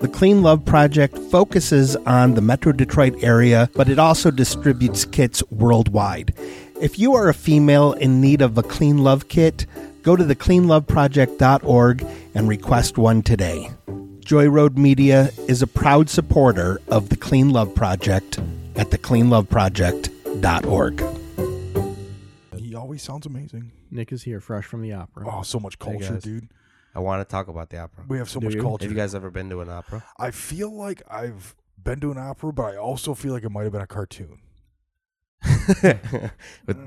The Clean Love Project focuses on the Metro Detroit area, but it also distributes kits worldwide. If you are a female in need of a Clean Love kit, go to thecleanloveproject.org and request one today. Joy Road Media is a proud supporter of the Clean Love Project at thecleanloveproject.org. He always sounds amazing. Nick is here, fresh from the opera. Oh, so much culture, guys. dude. I want to talk about the opera. We have so Do much you? culture. Have you guys ever been to an opera? I feel like I've been to an opera, but I also feel like it might have been a cartoon. With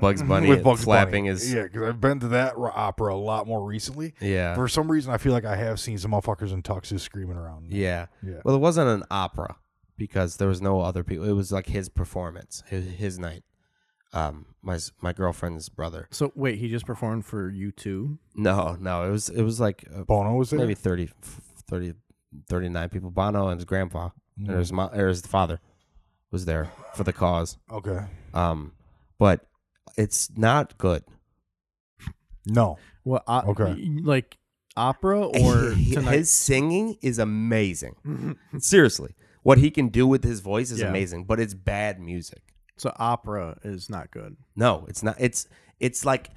Bugs Bunny With and Bugs flapping Bunny. his Yeah, because I've been to that ro- opera a lot more recently. yeah. For some reason, I feel like I have seen some motherfuckers in tuxes screaming around. Yeah. Yeah. Well, it wasn't an opera because there was no other people. It was like his performance, his, his night. Um, my s- my girlfriend's brother. So wait, he just performed for you two. No, no, it was it was like uh, Bono was there. maybe 30, 30, 39 people. Bono and his grandpa, Mm. and his mom, or his father, was there for the cause. Okay. Um, but it's not good. No. What? o- Okay. y- Like opera or tonight? his singing is amazing. Seriously, what he can do with his voice is Yeah. amazing, but it's bad music. so opera is not good. No, it's not. It's it's like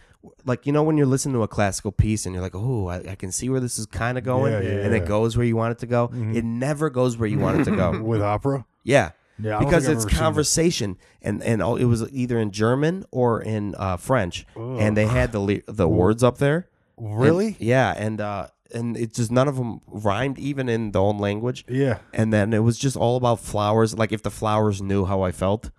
like you know when you're listening to a classical piece and you're like, oh, I, I can see where this is kind of going, Yeah, yeah, and yeah. it goes where you want it to go. It never goes where you want it to go. With opera? yeah. Yeah, I don't because think I've it's ever seen it. conversation, and and all, it was either in German or in uh, French, and they had the le- the words up there. And- Really? yeah, and uh, and it just none of them rhymed even in the own language. Yeah. And then it was just all about flowers. Like if the flowers knew how I felt,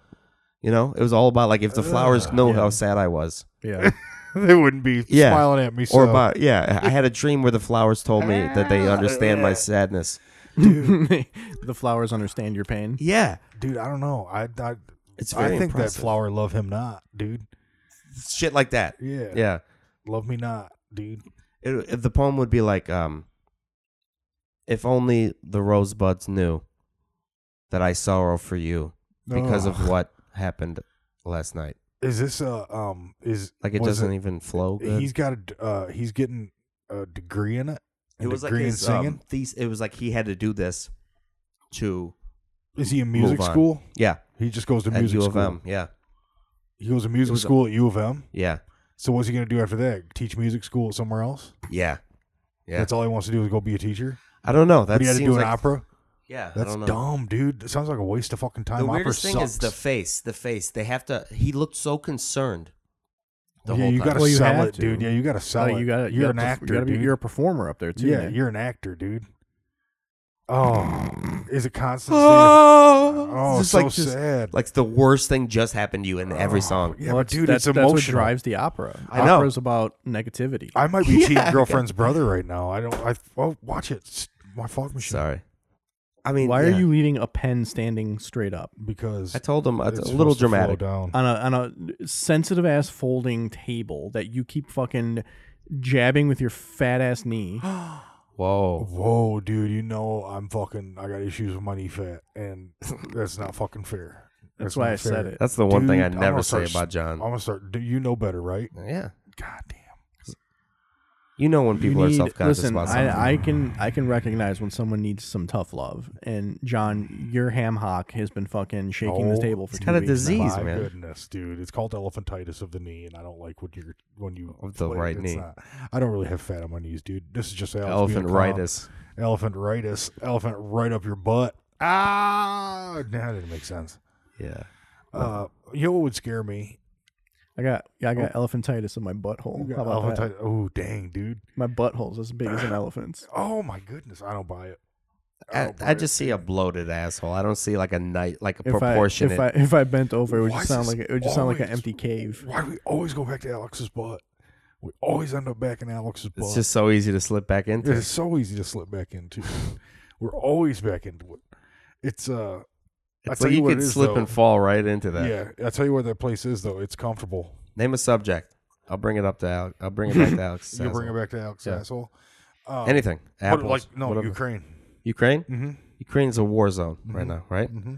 you know, it was all about like if the flowers knew how sad I was. Yeah. they wouldn't be Yeah, smiling at me. So. Ah, Or about yeah, I had a dream where the flowers told me that they understand my sadness. the flowers understand your pain. Yeah, dude, I don't know. I I, it's I very think that impressive. flower love him not, dude. shit like that. Yeah. Yeah, Love me not, dude. It- it- the poem would be like, um, if only the rosebuds knew that I sorrow for you because Ugh. of what happened last night. Is this a um is Like it was doesn't even flow. Good. He's got a d- uh he's getting a degree in it. A it was like degree his, in singing. um, these. It was like he had to do this to is he in music move on. school? yeah He just goes to at music U of school. M. Yeah, He goes to music was a- school at U of M. yeah, So what's he gonna do after that? Teach music school somewhere else? yeah, yeah. That's all he wants to do is go be a teacher. I don't know. That but he had seems to do an like opera. yeah. I That's don't know. dumb, dude. That sounds like a waste of fucking time. The opera weirdest thing sucks. is the face. The face. They have to. He looked so concerned. The yeah, whole you time. gotta Well, you sell have it, to. dude. Yeah, you gotta sell Like, it. Oh, you got you're an actor, You gotta be, dude. you're a performer up there too. yeah, Nick. you're an actor, dude. Oh, is it constant? Oh, oh, just so like just, sad. like the worst thing just happened to you in every song. yeah, Well, but it's- dude, that's, it's that's what emotional. drives the opera. I know. Opera's about negativity. I might be cheating Yeah. girlfriend's brother right now. I don't. I oh, watch it. It's my fog machine. Sorry. I mean, Why yeah. are you leaving a pen standing straight up Because I told him uh, it's, it's a little supposed to flow dramatic. Down. on a on a sensitive ass folding table that you keep fucking jabbing with your fat ass knee? Whoa. Whoa, dude! You know I'm fucking. I got issues with my knee fat, and that's not fucking fair. That's why not I said fair. it. That's the one thing I Dude, I'm never gonna say start about John. I'm gonna start. Do you know better, right? yeah. God damn. You know when You people are need- self conscious listen, about something. I, I can I can recognize when someone needs some tough love. And John, your ham hock has been fucking shaking this Oh, table for it's two got a weeks now. disease. Jeez, My man. goodness, dude! It's called elephantitis of the knee, and I don't like when you're when you Of the play it. right It's knee. not- I don't really have fat on my knees, dude. This is just Alex being Elephant a clown. rightus. Elephant rightus. Elephant right up your butt. Ah, nah, that didn't make sense. Yeah. Uh, you know what would scare me? I got yeah, I got Oh. elephantitis in my butthole. How about that? Elephantitis. Oh, dang, dude. My butthole's as big as an elephant's. Oh my goodness, I don't buy it. I, don't buy I it. just see a bloated asshole. I don't see like a night like a If I proportionate. if I if I bent over, it would Why just is sound this like it would just sound like an always- empty cave. Why do we always go back to Alex's butt? We always end up back in Alex's butt. it's just so easy to slip back into. It's so easy to slip back into. We're always back into it. It's uh, It's tell like you you, what could it is, slip though. and fall right into that. yeah. I tell you where that place is though. It's comfortable. Name a subject. I'll bring it up to Alex. I'll bring it back to Alex. You bring it Sassel. back to Alex Yeah. asshole. Um, Anything. what- Apples. like no whatever. Ukraine. Ukraine. Mm-hmm. Ukraine's a war zone right now, right? Mm-hmm.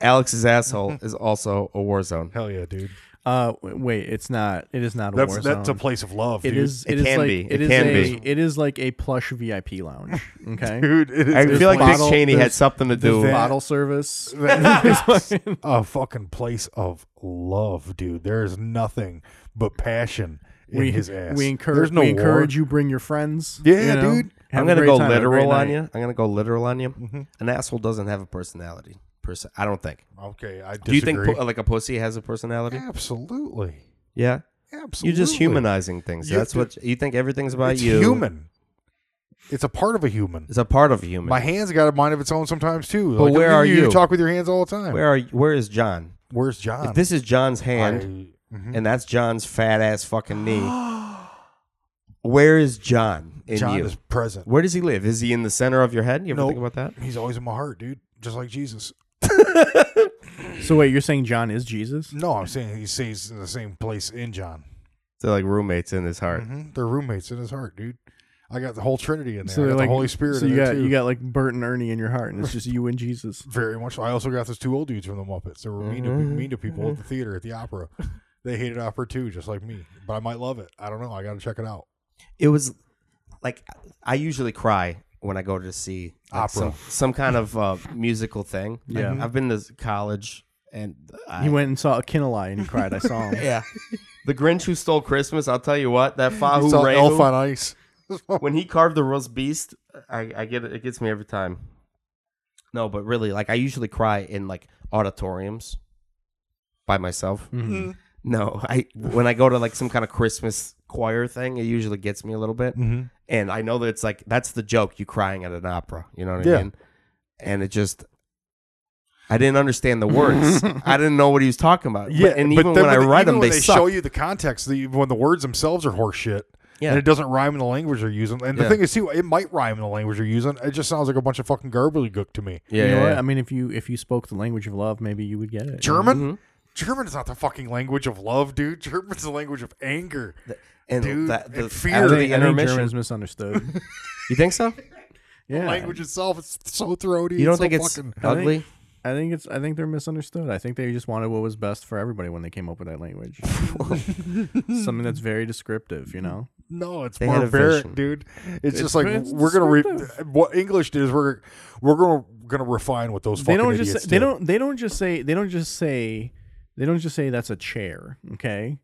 Alex's asshole is also a war zone. Hell yeah, dude. Uh, w- wait, it's not. It is not a That's war that's a zone. place of love, It dude. is. It it is can like, be. It It is can a, be. It is like a plush VIP lounge. Okay. dude. It is I it's feel like like Dick Cheney had something to do. van- Bottle service. That is a fucking place of love, dude. There is nothing but passion in we, his ass. we encourage. There's no we war. encourage you bring your friends. Yeah, you know? dude. Have I'm a gonna great go time, have a great literal on night. you. I'm gonna go literal on you. Mhm. An asshole doesn't have a personality. Per se. I don't think. Okay, I Do you disagree. think pu- like a pussy has a personality? Absolutely, Yeah. absolutely. You're just humanizing things. You- That's what you think. Everything's about It's you. human. It's a part of a human. It's a part of human. My hands got a mind of its own sometimes too. But where are You you? talk with your hands all the time. where are? You, where is John? Where's John? If this is John's hand, I- mhm. and that's John's fat ass fucking knee. Where is John in John you? is present. Where does he live? Is he in the center of your head? You ever Nope. think about that? He's always in my heart, dude. Just like Jesus. So wait, you're saying John is Jesus? No, I'm saying he stays in the same place in John. They're like roommates in his heart. Mhm. They're roommates in his heart, dude. I got the whole Trinity in there. So I they're got like the Holy Spirit So in you there got too. you got like Bert and Ernie in your heart, and it's just you and Jesus. Very much. so. I also got those two old dudes from the Muppets. They were mean, to, Mm-hmm. mean to people at the theater, at the opera. They hated opera too, just like me. But I might love it. I don't know. I got to check it out. It was like I usually cry when I go to see like, Opera. some, some kind of uh, musical thing. Yeah. I've been to college and I, He went and saw a Kinali and he cried. I saw him. Yeah. The Grinch who stole Christmas, I'll tell you what, that I Fahu saw Rehu, Elf on Ice. when he carved the roast beast, I, I get it, it gets me every time. No, but really, like I usually cry in like auditoriums by myself. Mm-hmm. Mhm. No, I when I go to like some kind of Christmas choir thing, it usually gets me a little bit, Mhm. and I know that it's like that's the joke you crying at an opera, you know what Yeah. I mean? And it just. I didn't understand the words. I didn't know what he was talking about. But- and even then when I read even them, when they, suck. show you the context. The, when the words themselves are horseshit, Yeah. and it doesn't rhyme in the language they're using. And the Yeah. thing is, too, it might rhyme in the language you're using. It just sounds like a bunch of fucking gook to me. yeah, you know yeah, what? yeah. I mean, if you if you spoke the language of love, maybe you would get it. German, Mm-hmm. German is not the fucking language of love, dude. German's the language of anger. and Dude, that, the, and fear. I after think, the I think intermission. German is misunderstood. You think so? yeah, language itself is so throaty. You don't so think it's fucking, ugly? I think it's. I think they're misunderstood. I think they just wanted what was best for everybody when they came up with that language. Something that's very descriptive, you know. no? It's They had a barbaric, vision. dude. It's, just It's- like it's we're gonna re- descriptive. what English did is we're we're gonna gonna refine what those They fucking don't idiots just. They did. don't. They don't just say. They don't just say. They don't just say that's a chair. Okay.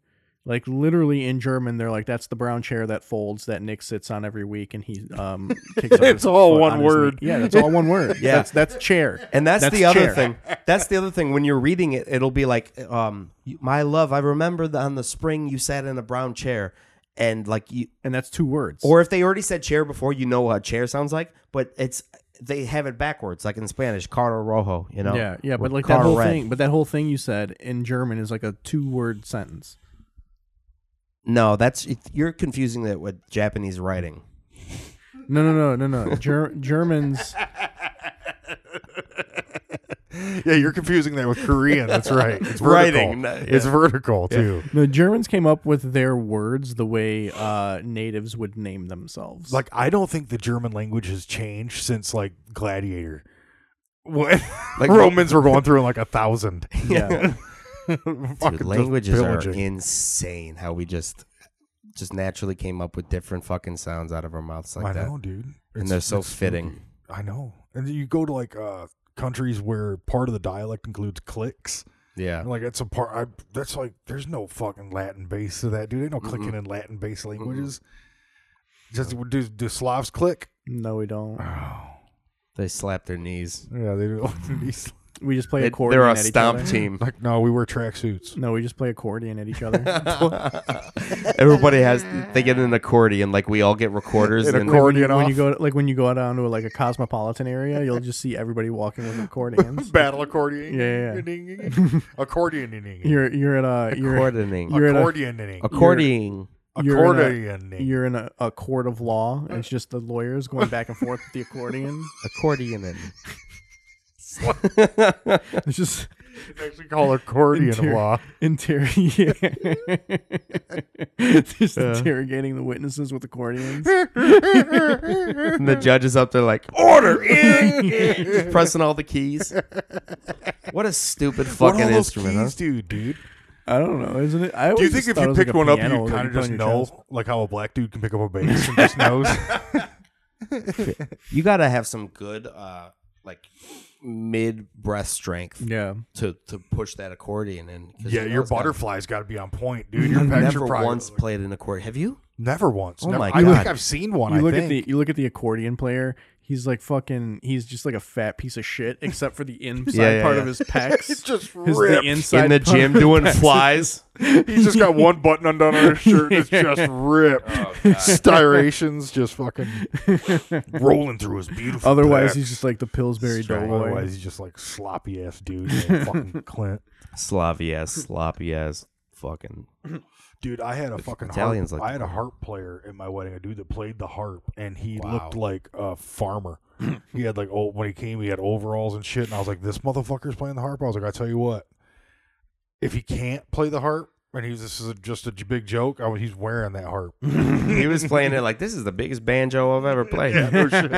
Like literally in German, they're like, "That's the brown chair that folds that Nick sits on every week, and he um." Kicks up It's his all foot one on his knee." word. Yeah, that's all one word. Yeah. that's, that's chair. And that's, That's the other chair. thing. That's the other thing. When you're reading it, it'll be like, um, you- "My love, I remember the, on the spring you sat in a brown chair," and like you, and that's two words. or if they already said chair before, you know what a chair sounds like, but it's they have it backwards, like in Spanish, "carro rojo," you know. Yeah, yeah, but Or like that car whole red. thing, but that whole thing you said in German is like a two-word sentence. No, that's you're confusing that with Japanese writing. No, no, no, no, no. Ger- Germans, Yeah, you're confusing that with Korean. That's right. It's vertical. Writing, no, It's vertical too. no, Germans came up with their words the way uh, natives would name themselves. Like I don't think the German language has changed since like Gladiator. When Like- Romans were going through in like a thousand. yeah, Fucking Dude, just languages are pillaging. insane. How we just just naturally came up with different fucking sounds out of our mouths like I that, know, dude. and It's- they're so it's- fitting. I know. And you go to like uh countries where part of the dialect includes clicks. Yeah. And, like that's a part. I, that's like there's no fucking Latin base to that, dude. Ain't no clicking in Latin based languages. Just do, do Slavs click? no, we don't. They slap their knees. Yeah, they do. These- We just play They, accordion. are a at each stomp other. team. like no, we wear tracksuits. No, we just play accordion at each other. Everybody has. They get an accordion. Like we all get recorders. An and accordion when off. you go like when you go down to like a cosmopolitan area, you'll just see everybody walking with accordions. Battle accordion. Yeah, yeah, yeah. Accordioning. You're you're at a you're Accordioning. you're at a Accordioning. Accordioning. you're in a- Accordioning. you're in a, a court of law and it's just the lawyers going back and forth with the accordion Accordioning. It's like- It's just it's actually called accordion Interior- law. inter- yeah. just Yeah. interrogating the witnesses with accordions. and the judge is up there like order, Just pressing all the keys. What a stupid fucking what all those instrument, keys huh? do, dude? I don't know, isn't it? Do I you always think just if thought it you was like picked a one up, piano you that kind of put on just your know, chest. like how a black dude can pick up a bass and just knows? You gotta have some good, uh, like mid breath strength Yeah, to to push that accordion in. 'cause yeah, you know your it's gotta- butterfly's got to be on point, dude. Your I've pecs never are probably once played an accordion. Have you? never once. Oh never- my I God. think I've seen one. you I look think. at the you look at the accordion player. He's like fucking. He's just like a fat piece of shit, except for the inside Yeah, yeah, part yeah. of his pecs. It's just His- the ripped. inside part of his pecs. flies. He's just got one button undone on his shirt. And it's just ripped. Oh, Styrations just fucking rolling through his beautiful. Otherwise, pecs. he's just like the Pillsbury Otherwise, Doughboy. he's just like sloppy ass dude. man, fucking Clint. Sloppy ass, sloppy ass, fucking. Dude, I had a fucking Italians harp. like I had that. a harp player at my wedding. A dude that played the harp, and he Wow. looked like a farmer. he had like old when he came, he had overalls and shit. And I was like, this motherfucker's playing the harp. I was like, I tell you what, if he can't play the harp, and he's this is just a j- big joke. I was, he's wearing that harp. He was playing it like this is the biggest banjo I've ever played. Yeah, no shit.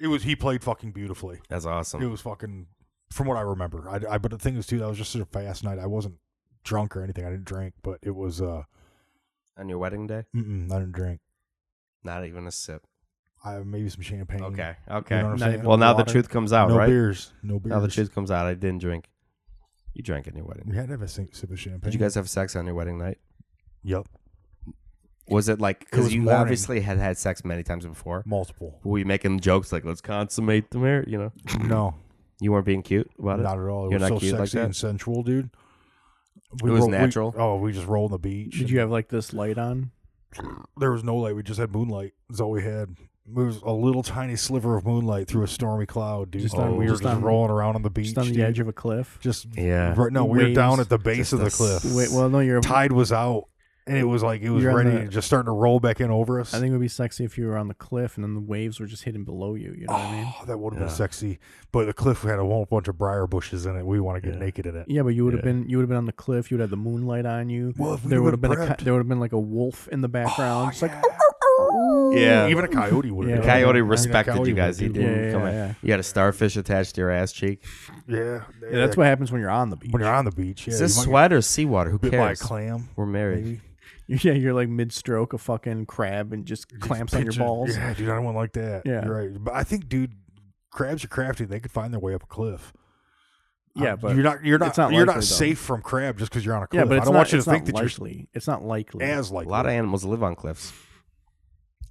it was he played fucking beautifully. That's It awesome. was fucking from what I remember. I, I but the thing is too, that was just a fast night. I wasn't drunk or anything. I didn't drink, but it was uh, On your wedding day, mm-mm, I didn't drink. not even a sip. I maybe some champagne. Okay, You know okay. what I'm Not saying? even Well, now the Water. truth comes out, no right? beers. No beers. Now the truth comes out. I didn't drink. You drank at your wedding. We had to have a sip sip of champagne. Did you guys have sex on your wedding night? Yep. Was it like because was Mm. you morning. obviously had had sex many times before? Multiple. Were you making jokes like "Let's consummate the marriage"? You know, No, you weren't being cute about it. not at all. It You're was not so cute sexy like that? and sensual, dude. We It was roll- we- natural? oh, we just rolled on the beach. Did and you have like this light on? There was no light. We just had moonlight. That's all we had. There was a little tiny sliver of moonlight through a stormy cloud, dude. Oh, Just on- we were just just on- rolling around on the beach, Just on the dude. edge of a cliff. Just Yeah. right, no, we were Waves. down at the base Just of a the s- cliff. Wait, well, no, you're. Tide was out, and it was like it was You're on ready, the- to just starting to roll back in over us. I think it would be sexy if you were on the cliff and then the waves were just hitting below you. You know what I mean? Oh, that would have Yeah. been sexy. But the cliff had a whole bunch of briar bushes in it. We want to get Yeah. naked in it. Yeah, but you would have Yeah. been you would have been on the cliff. You would have the moonlight on you. Well, if we there would would've have been a, prepped. Oh, ki- there would have been like a wolf in the background. It's like Yeah. Even a coyote would Yeah. have. Coyote respected you guys. He yeah, didn't yeah, come yeah, in. yeah. You got a starfish attached to your ass cheek. Yeah. Yeah, that's what happens when you're on the beach. When you're on the beach, yeah. Is you this might get sweat or seawater? Who Bit by a cares? clam. We're married. yeah, you're like mid stroke, a fucking crab, and just clamps on your Pigeon- balls. Yeah, dude, I don't want like that. Yeah. You're right. But I think, dude, crabs are crafty. They could find their way up a cliff. Yeah, Um, but- you're not you're not, it's not you're likely, not though. safe from crab just because you're on a cliff. Yeah, but it's I don't not, want you it's to think not that likely. It's not likely. you're as A like lot of animals live on cliffs.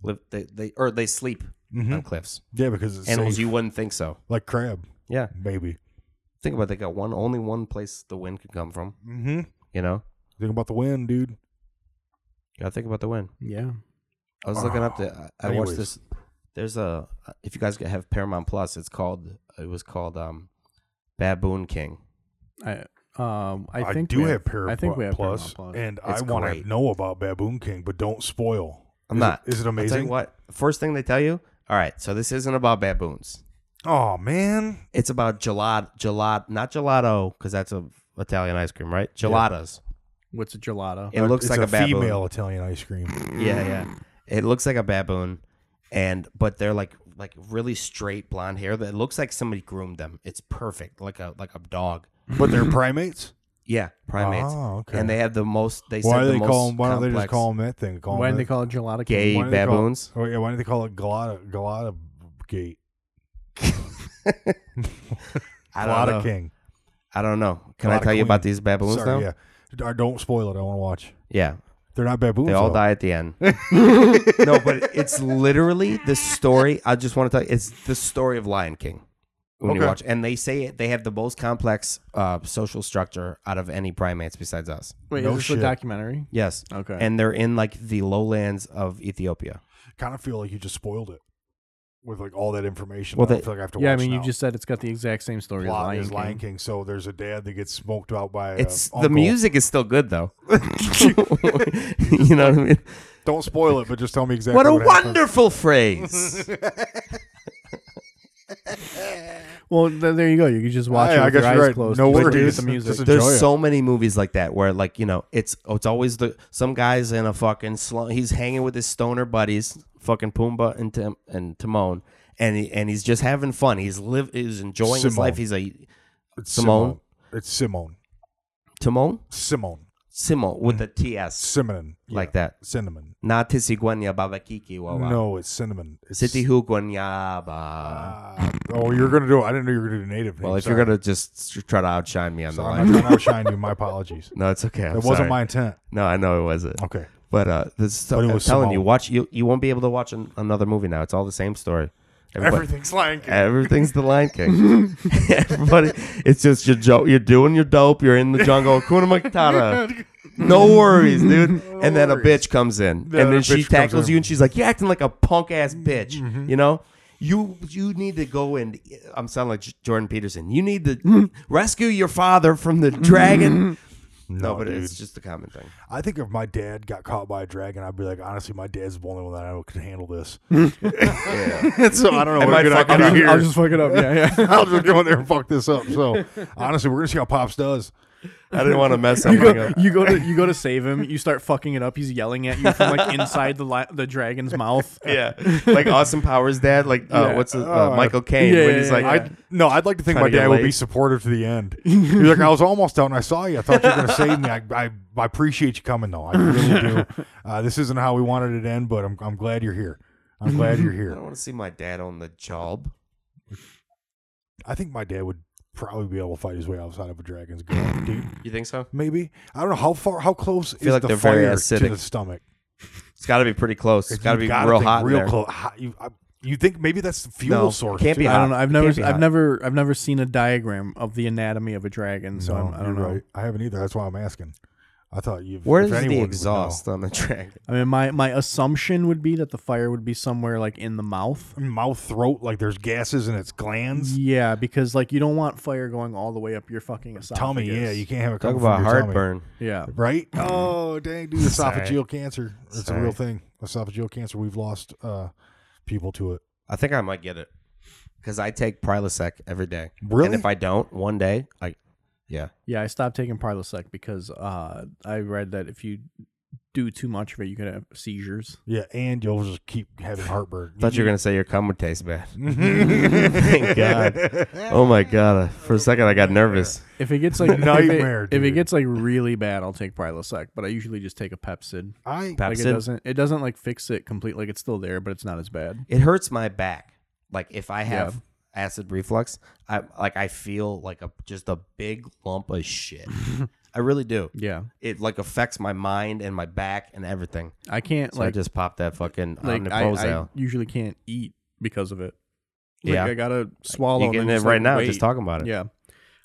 Live they, they or they sleep on cliffs. mm-hmm. Yeah, because it's Animals safe. you wouldn't think so. like crab, Yeah. maybe. Think about it, they got one only one place the wind could come from, Mm-hmm. you know? Think about the wind, dude. Gotta think about the wind. yeah. I was looking up the I, I watched Ah, Anyways. this there's a if you guys have Paramount Plus, it's called it was called um Baboon King. I um I, think do we have Paramount I think we have Plus, Paramount and It's I want great. to know about Baboon King, but don't spoil. I'm Is not. It, is it I'll tell you amazing? what, first thing they tell you, all right, so this isn't about baboons. Oh man, It's about gelato, gelato, not gelato, because that's a Italian ice cream, right? Gelatos. What's a gelato? It looks it's like a, a, baboon. female Italian ice cream. Yeah, yeah. Mm. It looks like a baboon, and but they're like like really straight blonde hair. That looks like somebody groomed them. It's perfect, like a like a dog. but they're primates. Yeah, primates. Oh, okay. And they have the most. They Why said do the they most call? 'em- why don't they just complex call them that thing? Call Why do them they call it gelato? gay why do they call- baboons? Oh yeah, why do they call it Galata Galata Gate? I don't Galata know. King. I don't know. Can I Galata tell you about queen. these baboons Sorry, now? yeah. D- Don't spoil it. I want to watch. yeah. They're not baboons. They all though. die at the end. no, but it's literally the story. I just want to tell you, it's the story of Lion King. When you Okay. watch, and they say it, they have the most complex uh, social structure out of any primates besides us. Wait, No is this a shit. documentary? Yes, Okay. and they're in like the lowlands of Ethiopia. Kind of feel like you just spoiled it with like all that information. Well, I don't they- feel like I have to. yeah, I watch mean, now. you just said it's got the exact same story plot as is Lion King. So there's a dad that gets smoked out by. It's uh, the uncle. music is still good though. you know what I mean? Don't spoil it, but just tell me exactly. What a happened. wonderful phrase! Well, th- there you go. You can just watch Hey, it I with your guess eyes you're right. closed. No Just do worries. the music. Just There's Enjoy it. so many movies like that where like you know it's oh, it's always the some guys in a fucking slum. He's hanging with his stoner buddies, fucking Pumbaa and Tim and Timon, and he, and he's just having fun. He's live. He's enjoying his Simone. life. He's a It's Simone. Simone. It's Simone. Timon Simone. Simon with a TS Cinnamon. Mm-hmm. Yeah. like that. Oh, Cinnamon. Not Tisigwenya Babakiki Wawa. No, it's cinnamon. It's City Huguanyaba. Uh, oh, you're gonna do. it. I didn't know you were gonna do native. Well, name. if Sorry. you're gonna just s- try to outshine me on the Sorry, line, I'm trying to outshine you. My apologies. no, it's okay. I'm That wasn't sorry. my intent. No, I know it wasn't. Okay. But uh, this, But it I'm was telling small. you, watch you. You won't be able to watch an, another movie now. It's all the same story. Everybody- Everything's lying. Everything's the Lion King. Everybody, it's just you're jo- you're doing your dope. You're in the jungle. Kuna Matata. No worries, dude. and then a bitch comes in, Yeah, and the then she bitch comes tackles in. you, and she's like, "You're acting like a punk ass bitch." You know, you you need to go and I'm sounding like J- Jordan Peterson. You need to rescue your father from the dragon. no, but it's just a common thing. I think if my dad got caught by a dragon, I'd be like, honestly, my dad's the only one that I know could handle this. so I don't know what might I'm gonna fuck it do up. here. I'll just fuck it up. Yeah, yeah. I'll just go in there and fuck this up. So honestly, we're gonna see how Pops does. I didn't want to mess You something go, up. you go to you go to save him. You start fucking it up. He's yelling at you from like inside the li- the dragon's mouth. Yeah, like Austin Powers' dad, like uh, Yeah. what's his, uh, Oh, Michael Caine, yeah, when he's yeah, like, yeah. I no, I'd like to think Trying my to get dad would laid. be supportive to the end. He's like, I was almost out and I saw you. I thought you were gonna save me. I, I, I appreciate you coming though. I really do. Uh, this isn't how we wanted it to end, but I'm I'm glad you're here. I'm glad you're I here. don't want to see my dad on the job. I think my dad would probably be able to fight his way outside of a dragon's gill. Dude, You think so? maybe I don't know how far, how close is feel like the they're very fire to acidic. the stomach? It's got to be pretty close. It's You got to be gotta real think hot. in real there. close. Hot- you, I- you think maybe that's the fuel No, source? can't be too. I don't know. hot. I've It never can't be I've hot. never I've never seen a diagram of the anatomy of a dragon. So I'm, I don't you're know. right. I haven't either. That's why I'm asking. I thought you. Where is if anyone the would exhaust on the dragon? I mean, my my assumption would be that the fire would be somewhere like in the mouth. know. Mouth, throat, like there's gases in its glands. Yeah, because like you don't want fire going all the way up your fucking esophagus. Tummy, yeah, you can't have it Talk coming about from your tummy. heartburn. Mm. yeah. right? Oh, dang, dude, Sorry. esophageal cancer. It's a Sorry. real thing. Esophageal cancer. We've lost uh, people to it. I think I might get it because I take Prilosec every day. Really? And if I don't, one day, like, yeah, Yeah, I stopped taking Prilosec because uh, I read that if you do too much of it, you could have seizures. Yeah, and you'll just keep having heartburn. I thought you were gonna say your cum would taste bad. Thank God. Oh my god! For a second, I got nervous. If it gets like if it- Nightmare, if it, dude. gets like really bad, I'll take Prilosec. But I usually just take a Pepsid. I Like it Pepsid? doesn't it doesn't like fix it completely. Like it's still there, but it's not as bad. it hurts my back. Like if I Yeah. have acid reflux, I like I feel like a just a big lump of shit. I really do. Yeah, It like affects my mind and my back and everything. I can't So I like just popped that fucking like I, I omniprozil. usually can't eat because of it. Like, Yeah. I gotta swallow. You and getting then it just, right like, now? wait. Just talking about it. Yeah,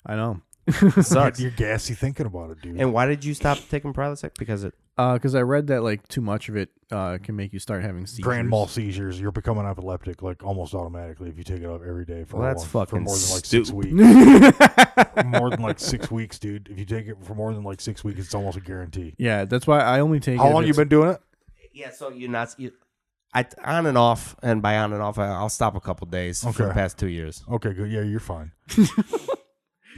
I know. It sucks. You're gassy thinking about it, dude. and why did you stop taking Prilosec? Because it Because Uh, I read that like too much of it uh, can make you start having seizures. Grand mal seizures. You're becoming epileptic like almost automatically if you take it up every day for, Well, a that's long- for fucking more than like six stupid. weeks. more than like six weeks, dude. If you take it for more than like six weeks, it's almost a guarantee. Yeah, that's why I only take. it How if long you it's- been doing it? yeah. So you're not you. I on and off, and by on and off, I, I'll stop a couple days for the Okay. past two years. Okay, good. Yeah, you're fine. You'll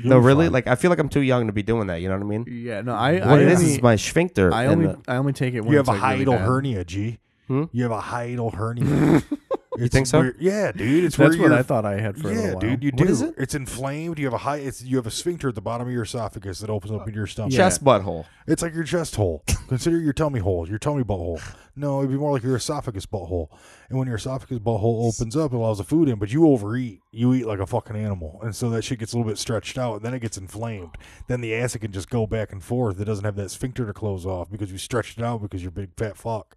no, be really, fine. like I feel like I'm too young to be doing that. You know what I mean? Yeah, no, I. What I it is only, is my sphincter. I and only the- I only take it when you have a it's, like, really hiatal bad. hernia, G. Hmm? You have a hiatal hernia. you think so? Yeah, dude. It's That's where what your- I thought I had for a yeah, little while. dude. You What do. is it? It's inflamed. You have a high. It's you have a sphincter at the bottom of your esophagus that opens up into your stomach. chest butthole. It's like your chest hole. Consider your tummy hole, your tummy butthole. No, it'd be more like your esophagus butthole. And when your esophagus butthole opens up, it allows the food in, but you overeat. You eat like a fucking animal. And so that shit gets a little bit stretched out, and then it gets inflamed. Then the acid can just go back and forth. It doesn't have that sphincter to close off because you stretched it out because you're a big fat fuck.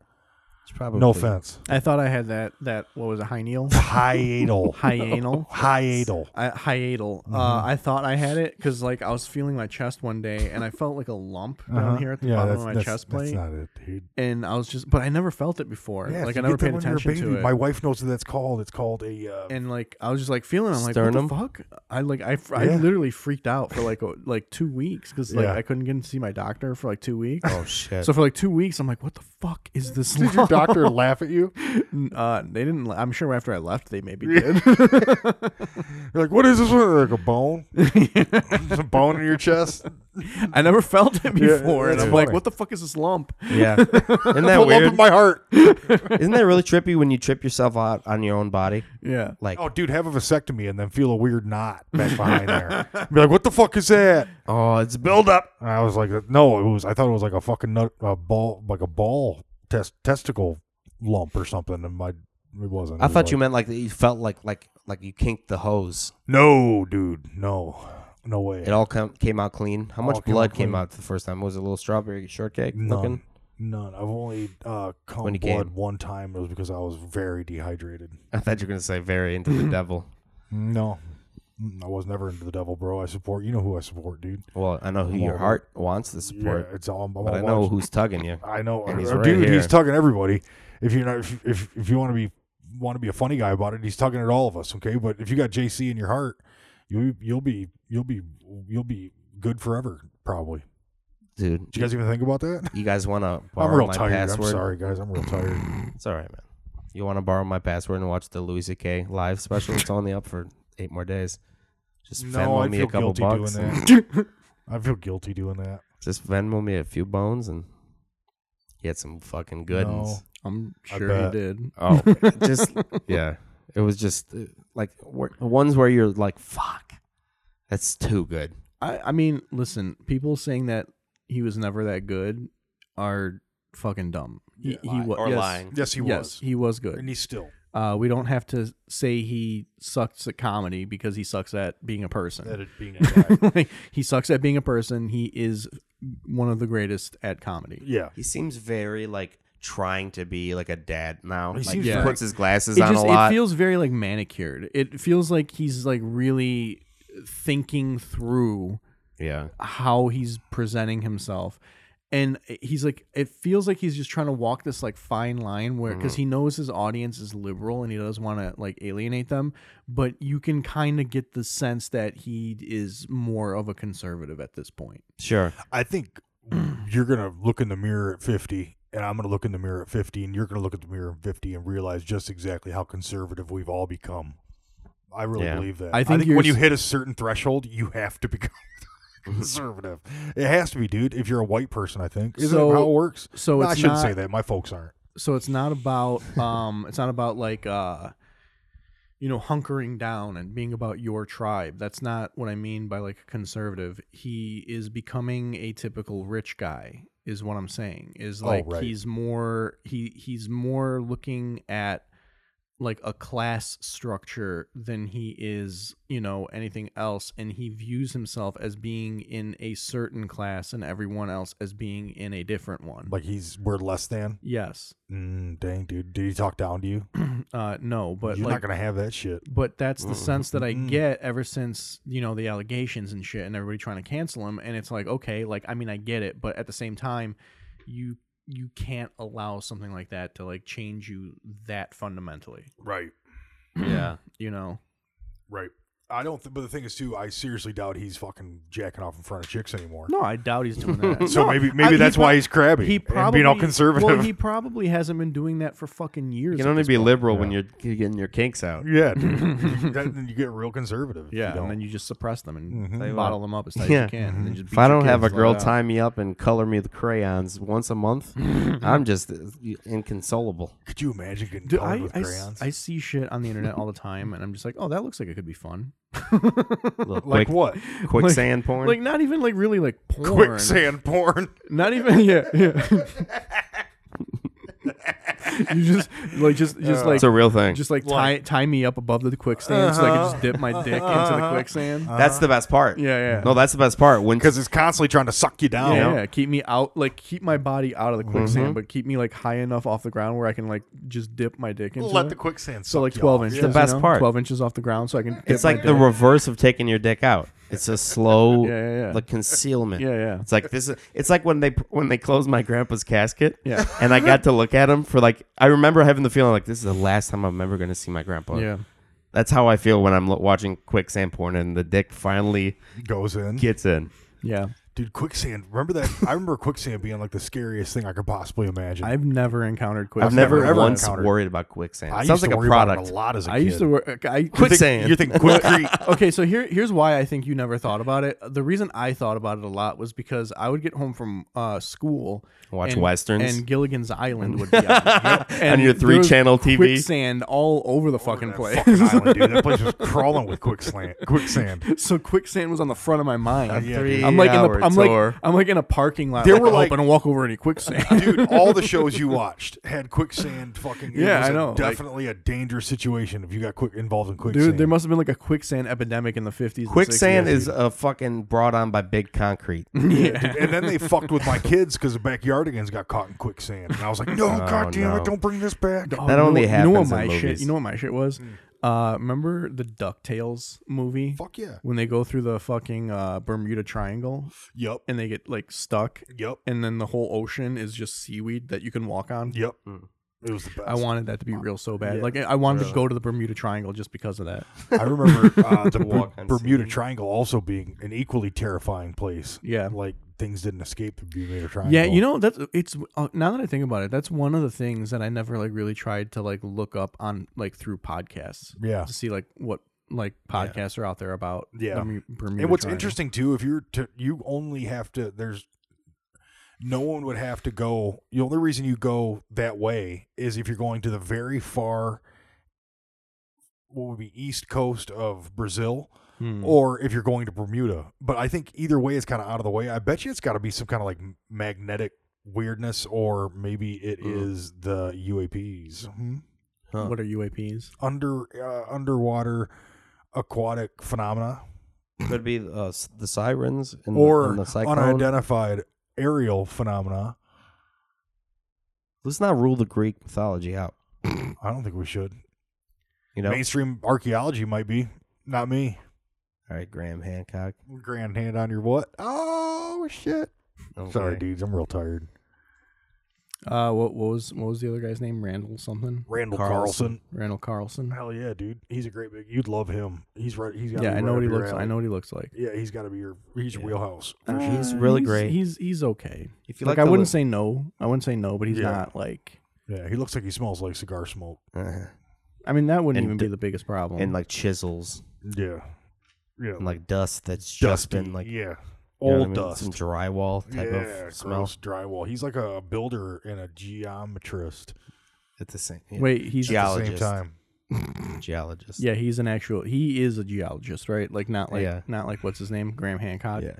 It's probably No offense. I thought I had that. That what was it? Hineal, Hiatal. hianal, Hiatal. I, hiatal. Uh, Mm-hmm. I thought I had it because like I was feeling my chest one day and I felt like a lump Uh-huh. down here at the yeah, bottom that's- of my that's- chest That's plate, not it, dude. and I was just, but I never felt it before. Yeah, like you get I never that paid when you're a attention baby. to it. My wife knows what that's called. It's called a. Uh, and like I was just like feeling, I'm like, Sternum? what the fuck? I like I, fr- I Yeah. literally freaked out for like a- like two weeks because like Yeah. I couldn't get to see my doctor for like two weeks. Oh shit! So for like two weeks, I'm like, what the fuck is this? Did your lump? doctor laugh at you? Uh, they didn't. I'm sure after I left, they maybe did. You're like, what is this one? Like a bone? There's a bone in your chest? I never felt it before, and that's I'm like, funny. what the fuck is this lump? Yeah. Isn't that Pull up in weird? my heart. Isn't that really trippy when you trip yourself out on your own body? Yeah, Like, Oh, dude, have a vasectomy and then feel a weird knot back behind there. Be like, what the fuck is that? oh, it's build up. And I was like, no, it was. I thought it was like a fucking nut, a ball, like a ball test testicle lump or something. And my, it wasn't. I thought you meant like that you felt like like like you kinked the hose. No, dude, no, no way. It all come, came out clean. How much All came out blood came clean. out the first time? Was it a little strawberry shortcake None. looking? None. I've only uh, come When blood you came. one time. It was because I was very dehydrated. I thought you were gonna say very into the devil. No, Mm, I was never into the devil, bro. I support. You know who I support, dude. Well, I know who your Well, heart wants to Yeah, support, it's all. I'm, I'm but I all know watching. who's tugging you. I know, And he's Uh, right dude. here. He's tugging everybody. If you're not, if if, if you want to be want to be a funny guy about it, he's tugging at all of us. Okay, but if you got JC in your heart, you you'll be you'll be you'll be good forever. Probably. Dude, Did you guys even think about that? you guys want to borrow I'm real my tired. password? I'm sorry, guys. I'm real tired. It's all right, man. You want to borrow my password and watch the Louis C.K. live special? It's only up for eight more days. Just no, Venmo I me a feel couple guilty bucks. doing and- that. I feel guilty doing that. Just Venmo me a few bones and get some fucking good No. ones. I'm I sure he bet. did. Oh, just yeah. It was just uh, like wor- the ones where you're like, "Fuck, that's too good." I, I mean, listen, people saying that he was never that good are fucking dumb. He, he wa- or yes, lying. Yes, he yes, he was good. was, and he's still. Uh, we don't have to say he sucks at comedy because he sucks at being a person. That it being a guy. Like, he sucks at being a person. He is one of the greatest at comedy. yeah. He seems very like trying to be like a dad now. He Like, seems he very- puts his glasses It on just a lot. it feels very like manicured. It feels like he's like really thinking through yeah, how he's presenting himself and he's like it feels like he's just trying to walk this like fine line Mm-hmm. where because he knows his audience is liberal and he doesn't want to like alienate them but you can kind of get the sense that he is more of a conservative at this point sure. I think you're gonna look in the mirror at 50, and I'm gonna look in the mirror at 50, and you're gonna look at the mirror at 50 and realize just exactly how conservative we've all become. I really Yeah. believe that. I think you're when you s- hit a certain threshold, you have to become conservative. It has to be, dude. If you're a white person, I think isn't So- that how it works? so No, it's I shouldn't not say that. My folks aren't. so it's not about um it's not about like uh you know hunkering down and being about your tribe that's not what i mean by like conservative he is becoming a typical rich guy is what i'm saying is Oh, like right. he's more he he's more looking at like a class structure than he is you know anything else and he views himself as being in a certain class and everyone else as being in a different one Like he's we're less than. yes Mm, dang, dude. Did he talk down to you? uh no but you're like not gonna have that shit. but that's the sense that I Mm. get ever since you know the allegations and shit and everybody trying to cancel him and it's like okay like I mean I get it but at the same time you you can't allow something like that to like change you that fundamentally Right. Yeah. you know Right. I don't. Th- but the thing is, too, I seriously doubt he's fucking jacking off in front of chicks anymore. no I doubt he's doing that So No, maybe I- maybe he that's prob- why he's crabby he probably and being all conservative. well he probably hasn't been doing that for fucking years at You can only this be point. liberal yeah. when you're getting your kinks out. yeah, dude. That- then you get real conservative. if you yeah don't. and then you just suppress them and Mhm. Tell you bottle what. them up as tight Yeah. as you can and then just If beat I your don't have a kids girl flat out. tie me up and color me the crayons once a month, I'm just uh, inconsolable. Could you imagine getting Dude, colored I, with I s- crayons? I see shit on the internet all the time, and I'm just like, oh, that looks like it could be fun. Little like quick, what? quicksand porn. like not even like really like porn. Quicksand porn. Not even yeah. yeah. you just like just just like it's a real thing. just like tie tie me up above the quicksand so I can just dip my dick into the quicksand. that's the best part. uh, Yeah, yeah. Uh-huh. No, that's the best part. When Because it's constantly trying to suck you down. yeah, yeah, keep me out, like keep my body out of the Mm-hmm. quicksand, but keep me like high enough off the ground where I can like just dip my dick into Let it. the quicksand. so suck like you twelve off. inches, Yeah. you best know? part. Twelve inches off the ground, so I can. It's dip my like the dick. reverse of taking your dick out. It's a slow, Yeah, yeah, yeah. like concealment. Yeah, yeah. It's like this. Is, it's like when they when they closed my grandpa's casket. Yeah. And I got to look at him for like. I remember having the feeling like this is the last time I'm ever going to see my grandpa. yeah. That's how I feel when I'm lo- watching quicksand porn and the dick finally Goes in. gets in. Yeah. Dude, quicksand. Remember that? I remember quicksand being like the scariest thing I could possibly imagine. I've never encountered quicksand. I've never, never ever once encountered- worried about quicksand. I It used sounds like to a worry about it product. a lot as a I kid. used to work. I Quicksand. You think quicksand? okay, so here here's why I think you never thought about it. The reason I thought about it a lot was because I would get home from uh, school, Watch westerns. and Gilligan's Island would be out. Yep. And your there was three-channel TV. quicksand all over the fucking place. Fucking island, dude. That place was crawling with quicksand. Quicksand. so quicksand was on the front of my mind. Yeah, Three dude. I'm like in hour the, I'm tour. like I'm like in a parking lot. There like, were, I hope like- I don't walk over any quicksand. Dude, all the shows you watched had quicksand. Fucking it Yeah, was I a- know, like- Definitely a dangerous situation if you got quick involved in quicksand. Dude, there must have been like a quicksand epidemic in the 50s. and Quicksand 60s. is uh, fucking brought on by big concrete. and then they fucked with my kids because the backyardigans got caught in quicksand, and I was like, "No, god damn Oh, no. it, don't bring this back." Oh, That you know only what- You know what happens in my shit? movies. You know what my shit was? Hmm. Uh, remember the Ducktales movie? Fuck yeah. When they go through the fucking uh, Bermuda Triangle Yep. and they get like stuck, Yep. and then the whole ocean is just seaweed that you can walk on. Yep. Hmm. It was the best. I wanted that to be real so bad. Like I I wanted to go to the Bermuda Triangle just because of that. I remember uh, the Ber- walk on Bermuda sea. Triangle also being an equally terrifying place. Yeah. Like things didn't escape the Bermuda Triangle. Yeah, you know that's it's uh, now that I think about it, that's one of the things that I never like really tried to like look up on like through podcasts. Yeah. to see like what like podcasts are out there about. Yeah. the Mu- Bermuda And what's Triangle. interesting too, if you're to, you only have to there's no one would have to go. The only reason you go that way is if you're going to the very far, what would be east coast of Brazil, Hmm. or if you're going to Bermuda. But I think either way is kind of out of the way. I bet you it's got to be some kind of like magnetic weirdness, or maybe it is Mm. the UAPs, Huh. What are UAPs? under uh, underwater aquatic phenomena. Could be uh, s- the sirens and the, or and the cyclone. unidentified aerial phenomena. Let's not rule the Greek mythology out. I don't think we should. You know, Mainstream archaeology might be, not me. all right, Graham Hancock. Grand hand on your what? Oh shit! Sorry, Okay. dudes. I'm real tired. Uh, what, what was what was the other guy's name? Randall something. Randall Carlson. Carlson. Randall Carlson. Hell yeah, dude. He's a great big. You'd love him. He's right. He's got. Yeah, be I know right what he up your looks. like. I alley. know what he looks like. Yeah, he's got to be your. He's your Yeah. wheelhouse. Uh, He's really great. He's he's okay. If you Like, like, I the wouldn't li- say no. I wouldn't say no, but he's Yeah. not like. Yeah, he looks like he smells like cigar smoke. Uh-huh. Mm-hmm. I mean, that wouldn't And even d- be the biggest problem. and like chisels Yeah, yeah, and like dust that's just dusty. been Mm, like you yeah, know what old I mean? dust. some drywall type yeah, of smell. gross drywall. He's like a builder and a geometrist At the same wait, he's Yeah. at the same Geologist. time. geologist. yeah, he's an actual. He is a geologist, right? Like not like Yeah. not like what's his name, Graham Hancock. yeah.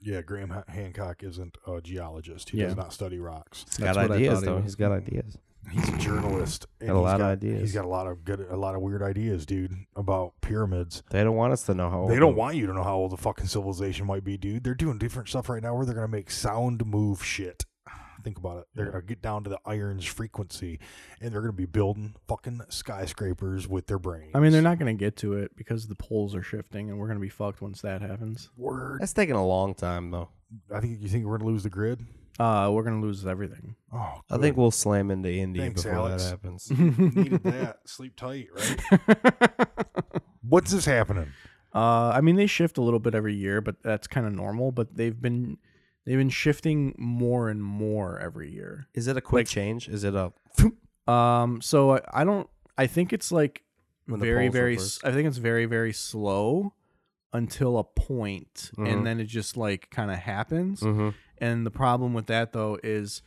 Yeah, Graham Ha- Hancock isn't a geologist. He Yeah. does not study rocks. He's got what I ideas thought he though. was. He's got ideas. He's a journalist. and Got a he's lot of ideas. He's got a lot of good, a lot of weird ideas, dude, about pyramids. They don't want us to know how. They old don't we- want you to know how old the fucking civilization might be, dude. They're doing different stuff right now where they're gonna make sound move shit. Think about it. They're gonna get down to the iron's frequency, and they're gonna be building fucking skyscrapers with their brains. I mean, they're not going to get to it because the poles are shifting, and we're going to be fucked once that happens. Word. That's taking a long time though. I think you think we're gonna lose the grid. Uh, we're going to lose everything. Oh, I think we'll slam into India Thanks, before Alex. that happens. good. needed that. Sleep tight, right? What's this happening? Uh, I mean, they shift a little bit every year, but that's kind of normal. But they've been they've been shifting more and more every year. Is it a quick change? Is it a Um, so I, I don't. I think it's like When the very polls were very. first. s- I think it's very very slow until a point, Mhm. and then it just like kind of happens. Mm. Mm-hmm. And the problem with that though is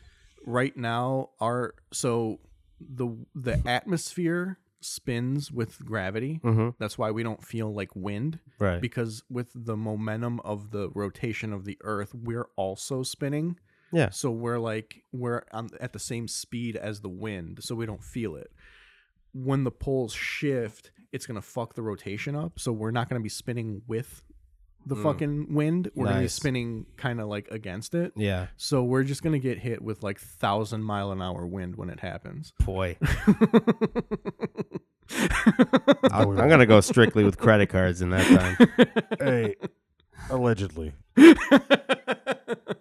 right now our so the the atmosphere spins with gravity. Mhm. That's why we don't feel like wind right? because with the momentum of the rotation of the earth we're also spinning Yeah. so we're like we're on, at the same speed as the wind so we don't feel it when the poles shift it's going to fuck the rotation up so we're not going to be spinning with the fucking wind we're going to be Mm. Nice. spinning kind of like against it yeah, so we're just going to get hit with like 1000 mile an hour wind when it happens boy. I, am gonna go strictly with credit cards in that time. hey, allegedly.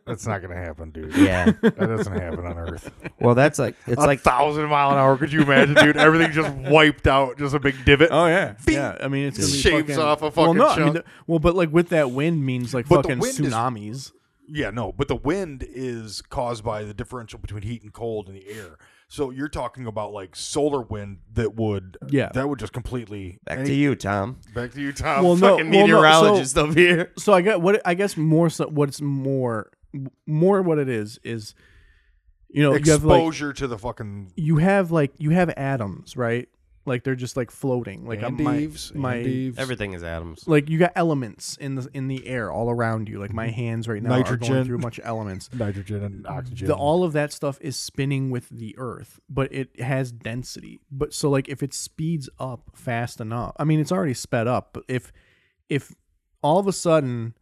That's not gonna happen, dude. Yeah. That doesn't happen on Earth. Well, that's like it's a like thousand mile an hour. Could you imagine, dude? Everything's just wiped out, just a big divot. Oh yeah, yeah. I mean, it's gonna be Shaves fucking, off a well, fucking no, I mean, chunk. the- well, but like with that wind means like But the fucking wind is- tsunamis. Yeah, no, but the wind is caused by the differential between heat and cold in the air. So you're talking about like solar wind that would Yeah. that would just completely Back any- to you, Tom. back to you Tom. Well, no, well, Fucking no, so- meteorologist over here. so I got what I guess more so what's more more what it is is you know you have like exposure to the fucking you have like you have atoms right like they're just like floating like and I'm- my Eves, my and Eves. Everything is atoms. like you got elements in the in the air all around you like my hands right now are Mm-hmm. Nitrogen. going through a bunch of elements nitrogen and oxygen. the, all of that stuff is spinning with the earth but it has density but so like if it speeds up fast enough i mean it's already sped up but if if all of a sudden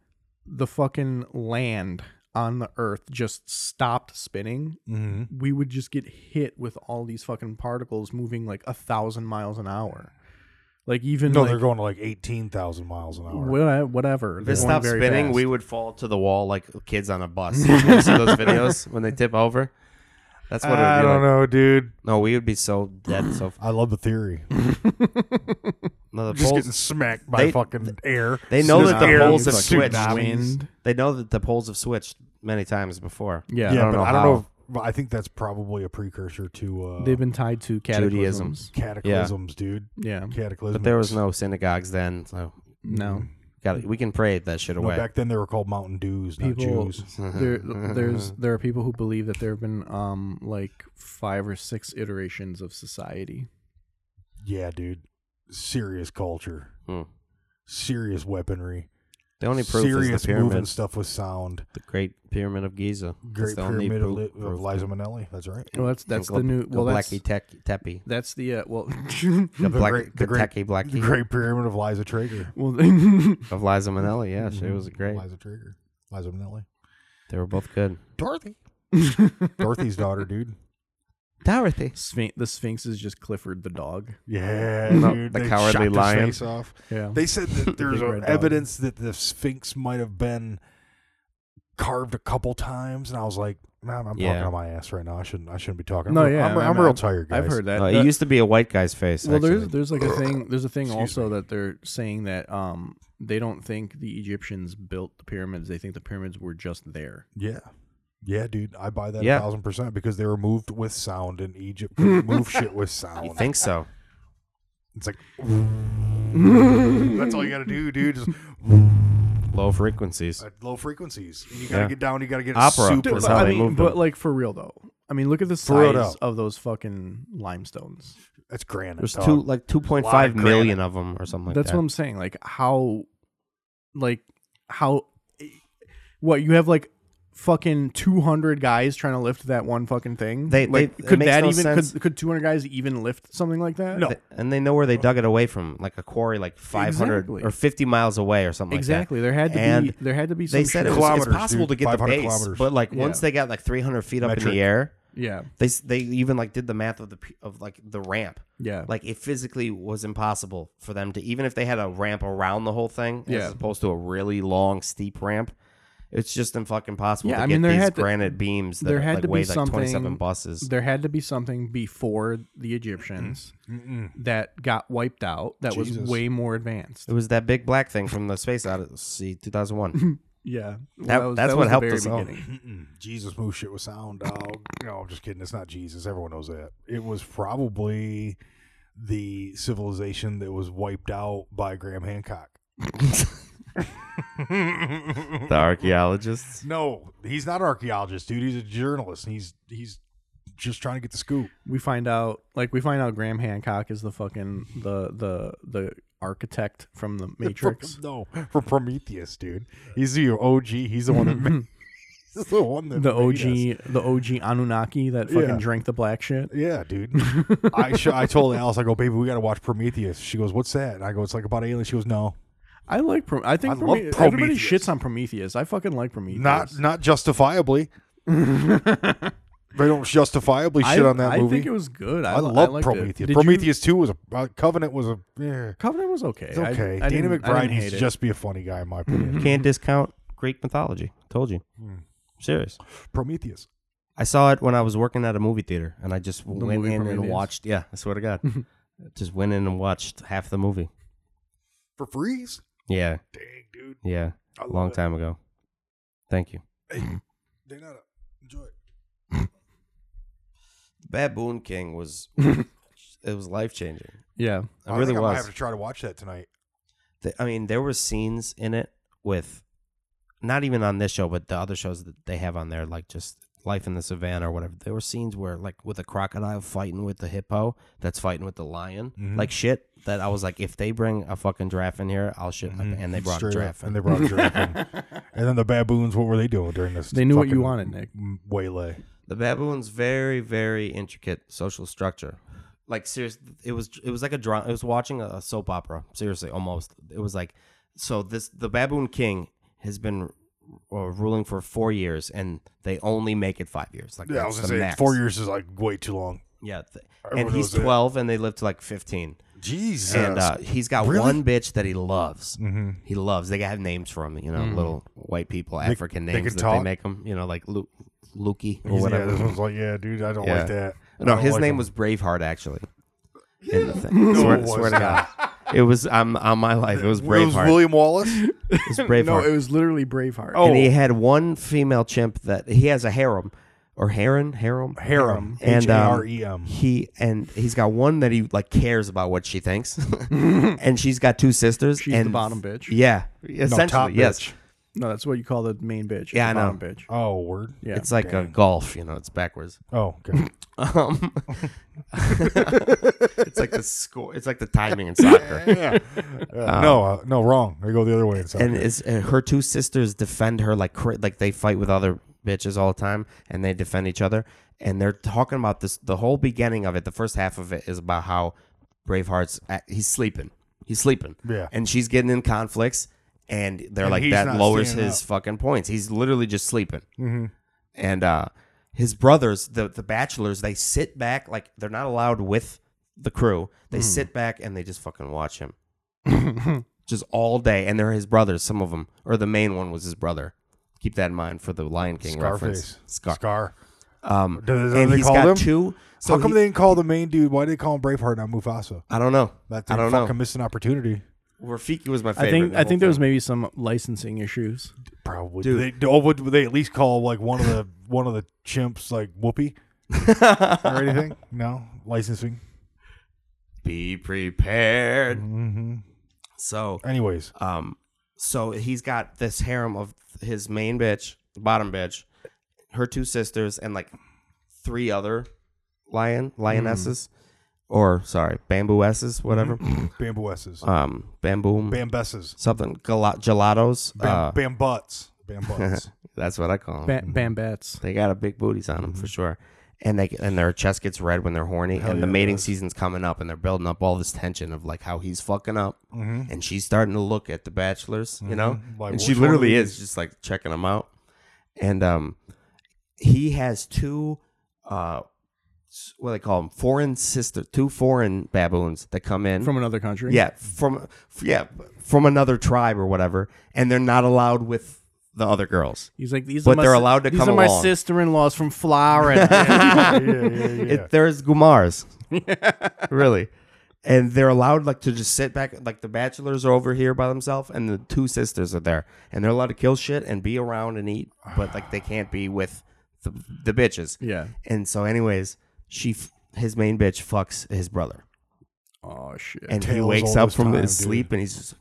the fucking land on the earth just stopped spinning Mhm. we would just get hit with all these fucking particles moving like a thousand miles an hour like even No, like, they're going to like eighteen thousand miles an hour. wha- whatever If they're it going stopped very spinning, fast. we would fall to the wall like kids on a bus. you ever see those videos when they tip over? That's what it would be I like. don't know, dude. No, we would be so dead. So f- I love the theory. no, the Just poles, getting smacked by They- fucking air. they know that the air poles have fucking switched. tsunamis. They know that the poles have switched many times before. yeah, Yeah, don't but know I don't how. know. If, but I think that's probably a precursor to uh, they've been tied to cataclysms Judaism's. cataclysms, dude. yeah Cataclysms. But there was no synagogues then, so no got we can pray that shit No, away. back then they were called Mountain Dews, not People- Jews. there there's there are people who believe that there have been um like five or six iterations of society. Yeah, dude. Serious culture. Hmm. Serious weaponry. The only proof is serious the moving pyramid, stuff with sound. the Great Pyramid of Giza. That's Great the only pyramid of, proof- Li- of proof. Liza Minnelli. That's right. Well, that's that's Gobl- the new well that's Göbekli Tek- Tepe. that's the uh, well The Black, great- the the great- Tepe Black The Great Pyramid of Liza Traeger. well of Liza Minnelli. Yeah, she Mm-hmm. Mhm. was great. Liza Traeger. Liza Minnelli. They were both good. Dorothy. Dorothy's daughter, dude. Dorothy. Sphinx, the Sphinx is just Clifford the dog. Yeah, No, dude. the they Cowardly chopped his Lion. Face off. Yeah. They said that there's big red dog. evidence that the Sphinx might have been carved a couple times, and I was like, "Man, I'm Yeah. talking on my ass right now. I shouldn't. I shouldn't be talking. No, I'm, yeah, I'm, I I'm mean, real tired, guys. I've heard that. No, That- Uh, it used to be a white guy's face. well, actually. there's there's like a thing there's a thing Excuse also that they're saying that um they don't think the Egyptians built the pyramids. They think the pyramids were just there. Yeah, yeah, dude. I buy that Yeah. a thousand percent because they were moved with sound in Egypt. Couldn't move shit with you sound. think so? It's like that's all you got to do, dude. Just Low frequencies. at low frequencies. And you got to Yeah. get down. You got to get Opera. super That's loud. how I they mean, moved but them. like for real though. I mean, look at the For real size though. of those fucking limestones. That's granite. There's dog. two like two point five granite. million of them or something like That's that. what I'm saying. Like how, like how, what you have like fucking 200 guys trying to lift that one fucking thing. They- like, they- it could makes that no even sense. could could 200 guys even lift something like that? No. and they know where they dug it away from, like a quarry, like five hundred Exactly. or fifty miles away or something. exactly. Like There had to And be there had to be that. some They said shit. it was it's Kilometers, possible dude. to get the 500 base, kilometers. but like Yeah. once they got like three hundred feet up in Metric. the air, yeah they s- they even like did the math of the p- of like the ramp. yeah Like it physically was impossible for them to even if they had a ramp around the whole thing Yeah. as opposed to a really long steep ramp. It's just in fucking possible Yeah, to I get mean, there these had to- granite beams that there had like to be weighed like something- twenty seven buses. there had to be something before the Egyptians Mm-mm. that got wiped out that Jesus. was way more advanced. It was that big black thing from the Space Odyssey 2001. Yeah, Well, That- was- that's was what the helped very us out. beginning. Mm-mm. Jesus moves shit with sound, dog. No, I'm just kidding. It's not Jesus. Everyone knows that. It was probably the civilization that was wiped out by Graham Hancock. the archaeologists. No, he's not an archaeologist, dude. He's a journalist. and He's he's just trying to get the scoop. we find out like we find out Graham Hancock is the fucking the the the architect from the Matrix. From, no, for Prometheus, dude. He's the OG. He's the one that made, he's the one that the made us. OG the OG Anunnaki that fucking Yeah. drank the black shit. Yeah, dude. I sh- I told Alice, I go, baby, we got to watch Prometheus. She goes, what's that? And I go, it's like about aliens. She goes, no, I like Pro- I think I love Prome- everybody Prometheus. shits on Prometheus. I fucking like Prometheus. not not justifiably. they don't justifiably shit I, on that I movie. think it was good. I, I li- I love liked it. Did Prometheus. you- Prometheus two was a uh, Covenant was a yeah. Covenant was okay. It's okay. I, I Danny didn't- I McBride didn't needs hate to it. just be a funny guy, in my opinion. Can't discount Greek mythology. Told you. Hmm. Serious. Mm-hmm. Prometheus. I saw it when I was working at a movie theater, and I just went movie in and Prometheus? watched. Yeah, I swear to God, just went in and watched half the movie. For freeze? Yeah, Dang, dude. yeah, I a love long it. time ago. Thank you. They're not enjoy. Baboon King was it was life changing. Yeah. It really Oh, I might have was. to try to watch that tonight. Th- I mean, there were scenes in it with not even on this show, but the other shows that they have on there, like just Life in the Savannah or whatever. There were scenes where, like, with a crocodile fighting with the hippo that's fighting with the lion, Mhm. like shit. That I was like, if they bring a fucking giraffe in here, I'll shit. my Mhm. pa- Mm-hmm. And they brought Straight a up. giraffe in. and they brought a giraffe in. And then the baboons, what were they doing during this? They knew what you fucking wanted, Nick. m- Waylay. The baboon's very, very intricate social structure. Like seriously, it was it was like a drama. It was watching a, a soap opera. Seriously, almost. It was like so. This the baboon king has been uh, ruling for four years, and they only make it five years. Like Yeah, I was that's gonna the say max. four years is like way too long. Yeah, th- and Everyone he's knows that. twelve, and they live to like fifteen. Jesus. And uh, he's got Really? one bitch that he loves. Mhm. He loves. They have names for him, you know, little white people, African Hmm. they could names that they talk? make him. You know, like Lu- Lukey or He's- whatever. Yeah, this one's like, yeah, dude, I don't Yeah. like that. I No, don't his like name him. was Braveheart actually. In the thing. swear, it swear was to God, it was on on my life. It was It was Braveheart. William Wallace. It was Braveheart. No, it was literally Braveheart. Oh. And he had one female chimp that he has a harem or heron, harem, Harem. and um, H-A-R-E-M. He and he's got one that he like cares about what she thinks, and she's got two sisters. She's the and bottom bitch. Yeah, essentially, top yes. bitch. No, that's what you call the main bitch. Yeah, the I know. Bottom bitch. Oh, word. Yeah. It's like a Dang. golf, you know, it's backwards. Oh, okay. Um, it's like the score. It's like the timing in soccer. yeah. Uh, no, uh, no, wrong. They go the other way. It's and is and her two sisters defend her like cra- like they fight with other bitches all the time and they defend each other and they're talking about this the whole beginning of it the first half of it is about how braveheart's at, he's sleeping he's sleeping Yeah. and she's getting in conflicts and they're And like he's that not lowers standing his up. fucking points he's literally just sleeping Mm-hmm. and uh his brothers the the bachelors they sit back like they're not allowed with the crew Hmm. they sit back and they just fucking watch him just all day and they're his brothers some of them or the main one was his brother keep that in mind for the lion king Scarface. reference scar, Scar. um Do- is that and what they he's called got him? two so How come he- they didn't call the main dude? Why did they call him Braveheart, not Mufasa? i don't know That's i a don't fucking know missed an opportunity. rafiki was my favorite I think in the I whole think there was thing. maybe some licensing issues. Probably. Dude. Dude. They, oh, would would they at least call like one of the one of the chimps like Whoopi or anything? No licensing. be prepared Mm-hmm. so Anyways, Um, so he's got this harem of his main bitch, bottom bitch, her two sisters, and like three other lion lionesses, Mm-hmm. or sorry, bambooesses, whatever. bambooesses, Um, bamboo, bambesses, something gala- gelatos. bam, uh, bam butts, bam butts. that's what I call them. Ba- Mm-hmm. Bambats. They got a big booties on them for sure. And they and their chest gets red when they're horny, and the yeah, it mating does. season's coming up, and they're building up all this tension of like how he's fucking up, Mm-hmm. Mm-hmm. and she's starting to look at the bachelors, you know, Like, and which she one of literally these? is just like checking them out, and um, he has two, uh, s- what do they call them, foreign sister, two foreign baboons that come in From another country. yeah, from f- yeah from another tribe or whatever, and they're not allowed with the other girls. He's like these But are my they're si- allowed to these come are my along. sister in laws from Florida. yeah, yeah, yeah. yeah. It, there's Gumars. really. And they're allowed like to just sit back like the bachelors are over here by themselves and the two sisters are there. And they're allowed to kill shit and be around and eat, but like they can't be with the, the bitches. yeah. And so anyways, she f- his main bitch fucks his brother. Oh shit. And he Tales wakes all up this from time, his dude. sleep and he's just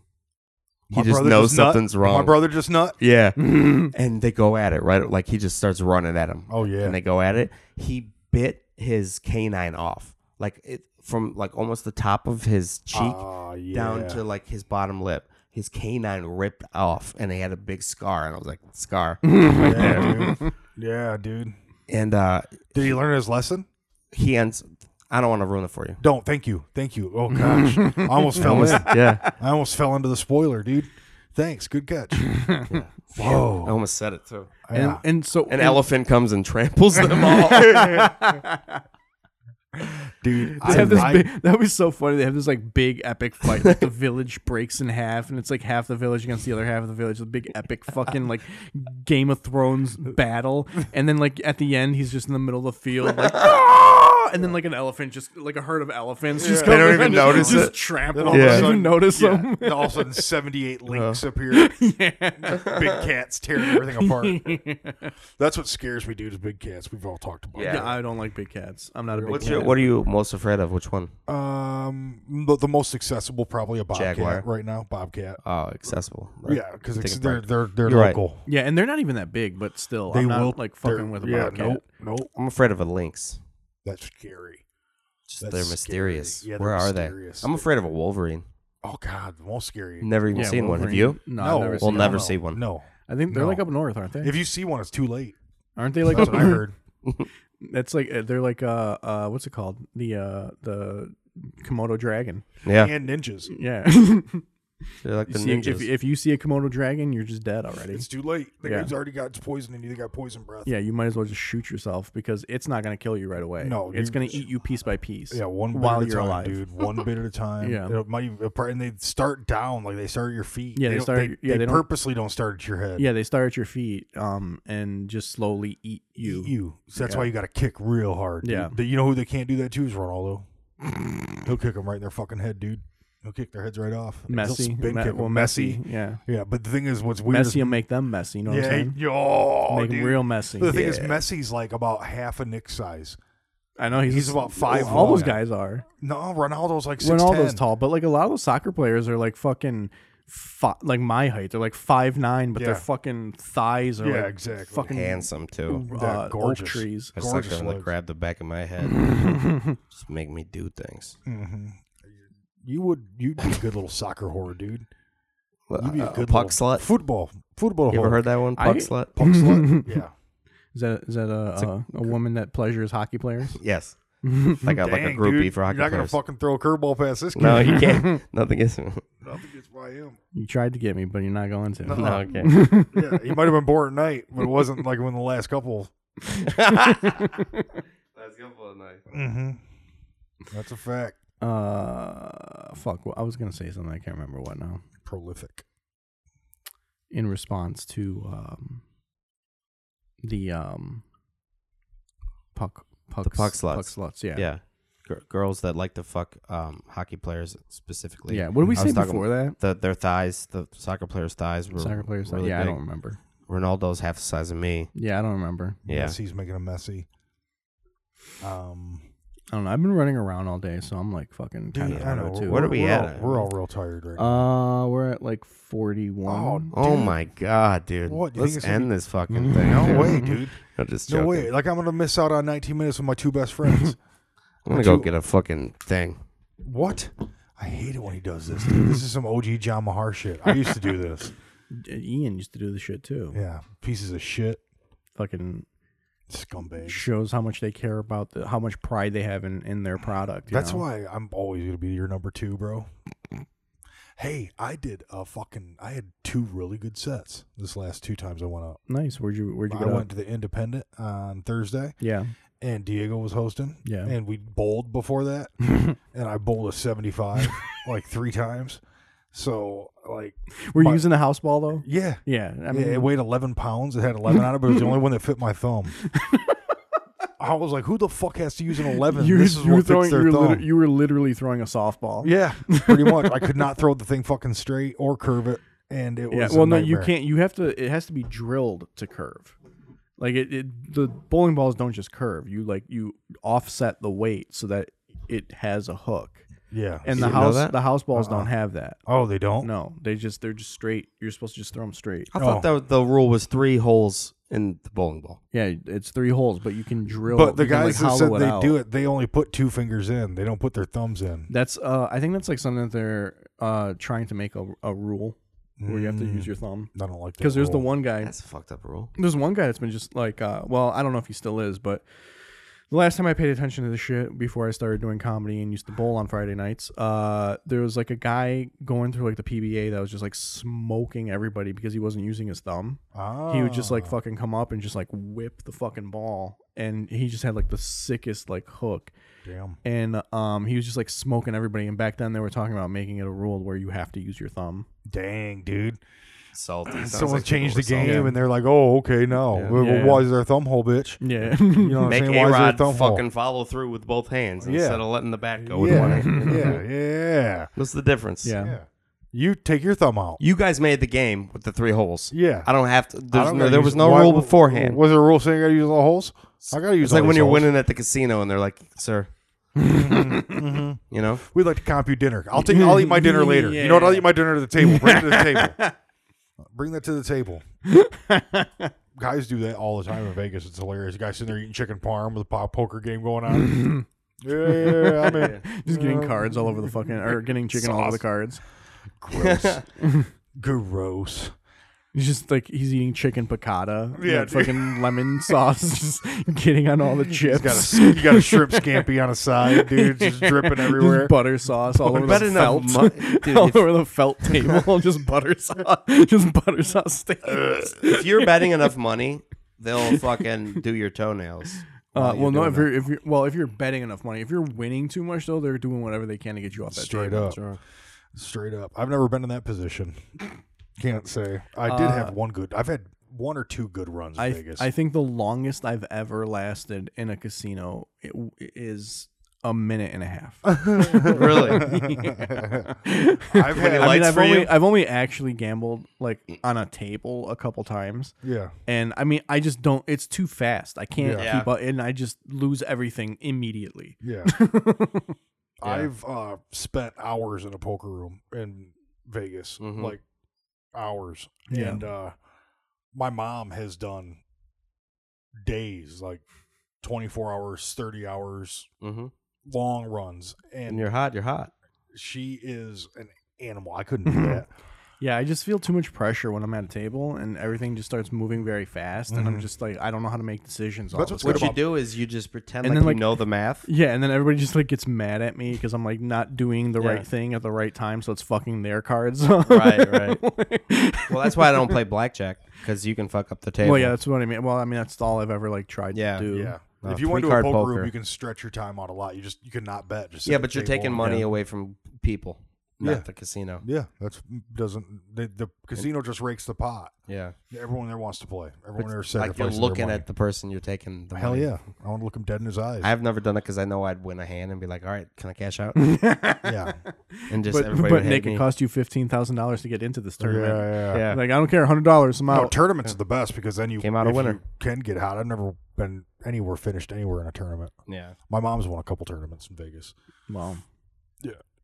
he My just brother knows nut. something's wrong. My brother just nut. Yeah. and they go at it, right? Like he just starts running at him. Oh, yeah. And they go at it. He bit his canine off. Like it from like almost the top of his cheek Ah, yeah. down to like his bottom lip. His canine ripped off and he had a big scar and I was like, scar. yeah, dude. yeah, dude. and uh Did he learn his lesson? he ends I don't want to ruin it for you. Don't. Thank you. Thank you. Oh gosh, I almost fell. in. yeah. I almost fell into the spoiler, dude. Thanks. Good catch. Whoa. I almost said it too. and, Yeah. and so An and- elephant comes and tramples them all. dude. They I, have this I- big, that was so funny. They have this like big epic fight. Like the village breaks in half, and it's like half the village against the other half of the village. The big epic fucking like Game of Thrones battle. And then like at the end, he's just in the middle of the field, like "Ah!" out, and then like an elephant, just like a herd of elephants, just They come don't in even and notice just it. trample. Then them. all of Yeah. a They don't sudden, even notice yeah, them. then all of a sudden, seventy-eight links appear. yeah. Big cats tearing everything apart. That's what scares me, dude. Is big cats. We've all talked about. Yeah. Yeah, I don't like big cats. I'm not a big What's cat. your, what are you most afraid of? Which one? that. Um, the, the most accessible probably a bobcat Jaguar. right now. Bobcat. Oh, accessible. Yeah, Yeah, because a they're break. they're they're You're right. local. yeah, and they're not even that big, but still, They I'm not will like they're- fucking with a yeah, bobcat. Nope, nope. I'm afraid of a lynx. That's scary. Just That's they're scary. mysterious. Yeah, they're Where are mysterious. they? I'm afraid of a wolverine. Oh God, the most scary. Never even Yeah, seen one. Have Wolverine- you? No, No, I've never We'll seen never one. see one. No, I think they're No. like up north, aren't they? if you see one, it's too late. aren't they like That's up what I north? heard. That's like uh, they're like uh uh what's it called the uh the Komodo dragon. Yeah, And ninjas. Yeah. You they're like the see- if, ninjas. if you see a Komodo dragon, you're just dead already. It's too late. The Yeah. guy's already got its poison in you. They got poison breath. Yeah, you might as well just shoot yourself because it's not going to kill you right away. No, it's you- going to eat you piece by piece. Yeah, one bit while at a you're time, alive. dude. One bit at a time. Yeah. it might even, and they start down, like they start at your feet. Yeah, they don't- start at- yeah, they, they don't- purposely don't start at your head. Yeah, they start at your feet, um, and just slowly eat you. Eat you. So that's Yeah. why you got to kick real hard. dude. Yeah. But you know who they can't do that to is Ronaldo. He'll kick them right in their fucking head, dude. He'll kick their heads right off. He'll Messy, spin Me- kick 'em. well, messy, yeah, Yeah, but the thing is, what's weird? messy will make them messy. You know is, what I'm yeah, saying? yo, make dude. them real messy. The thing is, Yeah. Messi's like about half a Nick's size. I know he's, He's about five. All those long. guys are. No, Ronaldo's like six. when all those tall, but like a lot of those soccer players are like fucking, fi- like my height. They're like five nine, but Yeah. their fucking thighs are Yeah, like exactly. fucking Handsome too. They're uh, oak gorgeous. trees. I suck gorgeous them. They legs. grab the back of my head. Just make me do things. Mm-hmm. You would you'd be a good little soccer whore, dude. You'd be a Uh, good puck little slut. Football, football. You whore. ever heard that one? I- Puck slut. puck slut? Yeah. Is that is that a a, a woman that pleasures hockey players? Yes. Like a like a Dang, groupie dude, for hockey You're not players. gonna fucking throw a curveball past this kid. no, you can't. Nothing is. Nothing gets by him. You tried to get me, but you're not going to. No, Uh-uh. okay. Yeah, he might have been born at night, but it wasn't like when the last couple. Mm-hmm. That's a fact. Uh, fuck. Well, I was gonna say something. I can't remember what now. Prolific. In response to um, the um, puck, puck, The puck Puck sluts. sluts. Yeah. Yeah. Gir- girls that like to fuck um, hockey players specifically. Yeah. What did we I say was talking- before that? The, their thighs, the soccer players' thighs were Soccer players. really yeah, I big. don't remember. Ronaldo's half the size of me. Yeah, I don't remember. Yeah. Messi's making a messy. Um, I don't know. I've been running around all day, so I'm like fucking kind dude, of I out know. of it too. What are we we're at? All, we're all real tired right now. Uh, we're at like 41. Oh my god, dude! What, you think Let's it's gonna end be- this fucking thing. No dude. way, dude. I'm just No joking. way. Like I'm gonna miss out on 19 minutes with my two best friends. I'm gonna go Two- get a fucking thing. What? I hate it when he does this. Dude. This is some OG John Mahar shit. I used to do this. D- Ian used to do the shit too. Yeah, pieces of shit, Fucking scumbags. shows how much they care about the how much pride they have in, in their product. you That's know? why I'm always gonna be your number two, bro. Hey, I did a fucking. I had two really good sets this last two times I went out. Nice. Where'd you Where'd you I go? went to the Independent on Thursday, Yeah. and Diego was hosting. Yeah. and we bowled before that, and I bowled a 75 like three times. So like, Were you But- using the house ball though? yeah, Yeah. I Yeah, mean, it weighed 11 pounds. It had 11 on it, but it was the only one that fit my thumb. I was like, who the fuck has to use an 11? you, this is you were what fits throwing. their You were, thumb. liter- you were literally throwing a softball. yeah, pretty much. I could not throw the thing fucking straight or curve it. And it Yeah. was. a Well, no, you nightmare. can't. You have to. It has to be drilled to curve. Like it, it, the bowling balls don't just curve. You like you offset the weight so that it has a hook. Yeah. And the You didn't know house, that? the house balls Uh-uh. don't have that. oh, they don't? No, they just they're just straight. You're supposed to just throw them straight. I thought Oh. that the rule was three holes in the bowling ball. Yeah, it's three holes, but you can drill. But the you can, like, guys that said hollow they out. do it, they only put two fingers in. They don't put their thumbs in. That's uh, I think that's like something that they're uh trying to make a, a rule where you have to Mm. use your thumb I don't like that. because there's the rule. one guy That's a fucked up rule. there's one guy that's been just like uh, well i don't know if he still is but the last time i paid attention to this shit before i started doing comedy and used to bowl on friday nights uh, there was like a guy going through like the pba that was just like smoking everybody because he wasn't using his thumb Ah. he would just like fucking come up and just like whip the fucking ball and he just had like the sickest like hook Damn. and um, he was just like smoking everybody and back then they were talking about making it a rule where you have to use your thumb Dang, dude. salty. Sounds Someone like people changed the were salty. game and they're like, oh, okay, no. Yeah. Well, Yeah. Why is there a thumb hole, bitch? Yeah. You know what Make I'm saying? A Why is Rod there a thumb hole? fucking follow through with both hands Yeah. instead of letting the bat go with one yeah. hand. yeah, yeah, What's the difference? yeah. yeah. You take your thumb out. You guys made the game with the three holes. Yeah. I don't have to. I There's don't no, gotta there use- was no why- rule beforehand. Was there a rule saying I gotta use all the holes? I gotta use It's all like when these you're holes. winning at the casino and they're like, "Sir," Mm-hmm. you know, We'd like to comp you dinner. I'll take. I'll eat my dinner later. You know what? I'll eat my dinner to the table. Bring it to the table. Bring that to the table. Guys do that all the time in Vegas. It's hilarious. The guy sitting there eating chicken parm with a pop poker game going on. yeah, yeah, yeah, I'm in. Just getting cards all over the fucking, or getting chicken all over the cards. Gross. Gross. He's just like he's eating chicken piccata, Yeah, yeah, dude. fucking lemon sauce, just getting on all the He's chips, got a, you got a shrimp scampi on a side, dude. It's just dripping everywhere. just butter sauce all over But the enough felt, mu- dude, all if- over the felt table, just butter sauce, just butter sauce stains. Mm-hmm. if you're betting enough money, they'll fucking do your toenails. Uh, while you're well, no, doing if you're, if you're well, if you're betting enough money, if you're winning too much though, they're doing whatever they can to get you off that Straight table. up. Straight up. I've never been in that position. Can't say. I did have one good. I've had one or two good runs in I Vegas. I think the longest I've ever lasted in a casino i- is a minute and a half. that. really. I've had. I mean, lights I've for only you? I've only actually gambled like on a table a couple times, yeah. and I mean, I just don't. It's too fast. I can't Yeah. keep up, and I just lose everything immediately. Yeah. I've uh, spent hours in a poker room in Vegas, Mhm. like hours. Yeah. And uh, my mom has done days, like 24 hours, 30 hours, hmm long runs. And And you're hot. You're hot. she is an animal. I couldn't do that. Yeah, I just feel too much pressure when I'm at a table, and everything just starts moving very fast, and I'm just like, I don't know how to make decisions. all Mm-hmm. That's of a what's sudden. good What you about- do is you just pretend And like, then, like- you know the math. Yeah, and then everybody just like gets mad at me because I'm like not doing the Yeah. right thing at the right time, so it's fucking their cards. right. Right. Well, that's why I don't play blackjack because you can fuck up the table. Well, yeah, that's what I mean. Well, I mean that's all I've ever like tried Yeah. to do. Yeah. Uh, if you went to a three-card poker, poker. room, you can stretch your time out a lot. You just you could not bet. Just sit Yeah, at but the you're table taking and- money Yeah. away from people, not Yeah. the casino. Yeah, that's mm, doesn't the, the casino just rakes the pot. Yeah, Everyone there wants to play. Everyone there said like you're looking at the person you're taking the Hell money. yeah! I want to look him dead in his eyes. I've never done it because I know I'd win a hand and be like, "All right, can I cash out?" yeah, And just But everybody but would hate Nick, me. it cost you fifteen thousand dollars to get into this yeah, tournament. yeah. yeah. yeah. Like I don't care, hundred dollars. I'm No, out. tournaments are the best because then you Came out a if winner. you Can get hot. I've never been anywhere finished anywhere in a tournament. yeah. My mom's won a couple tournaments in Vegas. Well,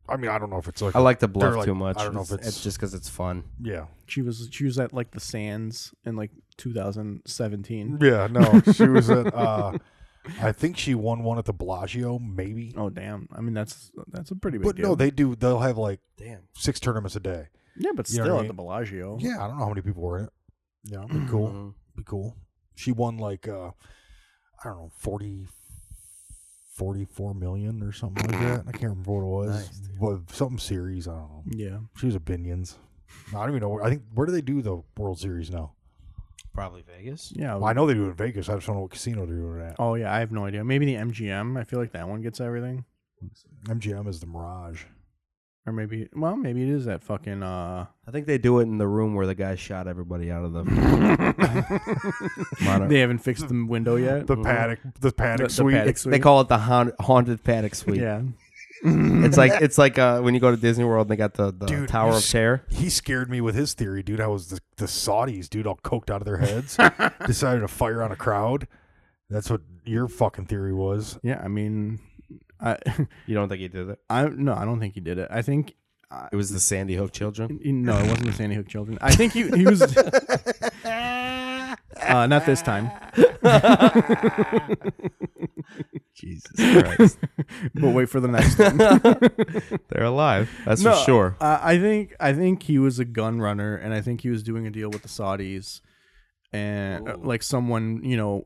I mean, I don't know if it's like I like to bluff They're like- too much. I don't know if it's, it's- just because it's fun. yeah, she was she was at like the Sands in like 2017. yeah. No, she was at. Uh, I think she won one at the Bellagio, maybe. Oh damn! I mean that's that's a pretty big But deal. no, they do. They'll have like Damn. six tournaments a day. yeah, but You know still what I at the Bellagio. Yeah, I don't know how many people were in it. Yeah, it'd be cool. Mm-hmm. Be cool. She won like uh I don't know, 40 44 million or something like that. I can't remember what it was. Nice, dude. but something series, I don't know. Yeah. Mm. She was a Binions. I don't even know. I think where do they do the World Series now? Probably Vegas. Yeah. Well, I know they do it in Vegas. I just don't know what casino they're doing it at. Oh yeah, I have no idea. Maybe the MGM. I feel like that one gets everything. MGM is the Mirage. Or maybe well, maybe it is that fucking uh I think they do it in the room where the guy shot everybody out of the monitor. they haven't fixed the window yet. The paddock, the paddock the suite. paddock It's- they call it the haun- haunted paddock suite. yeah. It's like it's like uh, when you go to Disney World and they got the, the Dude, Tower you of s- Terror. He scared me with his theory, dude. How was the, the Saudis, dude, all coked out of their heads, decided to fire on a crowd. That's what your fucking theory was. Yeah, I mean I You don't think he did it? I no, I don't think he did it. I think It was the Sandy Hook children. no, it wasn't the Sandy Hook children. I think he he was uh, not this time. Jesus Christ, But wait for the next one. they're alive. That's No, for sure. Uh, I think I think he was a gun runner, and I think he was doing a deal with the Saudis, and uh, like someone you know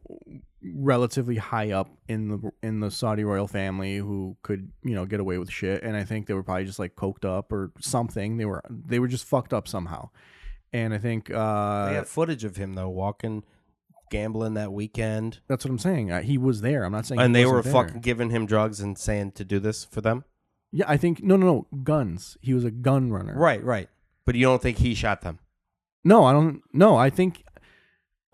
relatively high up in the in the Saudi royal family who could you know get away with shit. And I think they were probably just like coked up or something. They were they were just fucked up somehow. And I think They uh, have footage of him though walking, gambling that weekend, that's what I'm saying. Uh, he was there. I'm not saying he and they were wasn't there. fucking giving him drugs and saying to do this for them. Yeah, I think no, no, no, guns. He was a gun runner. Right, right. But you don't think he shot them? No, I don't. No, I think,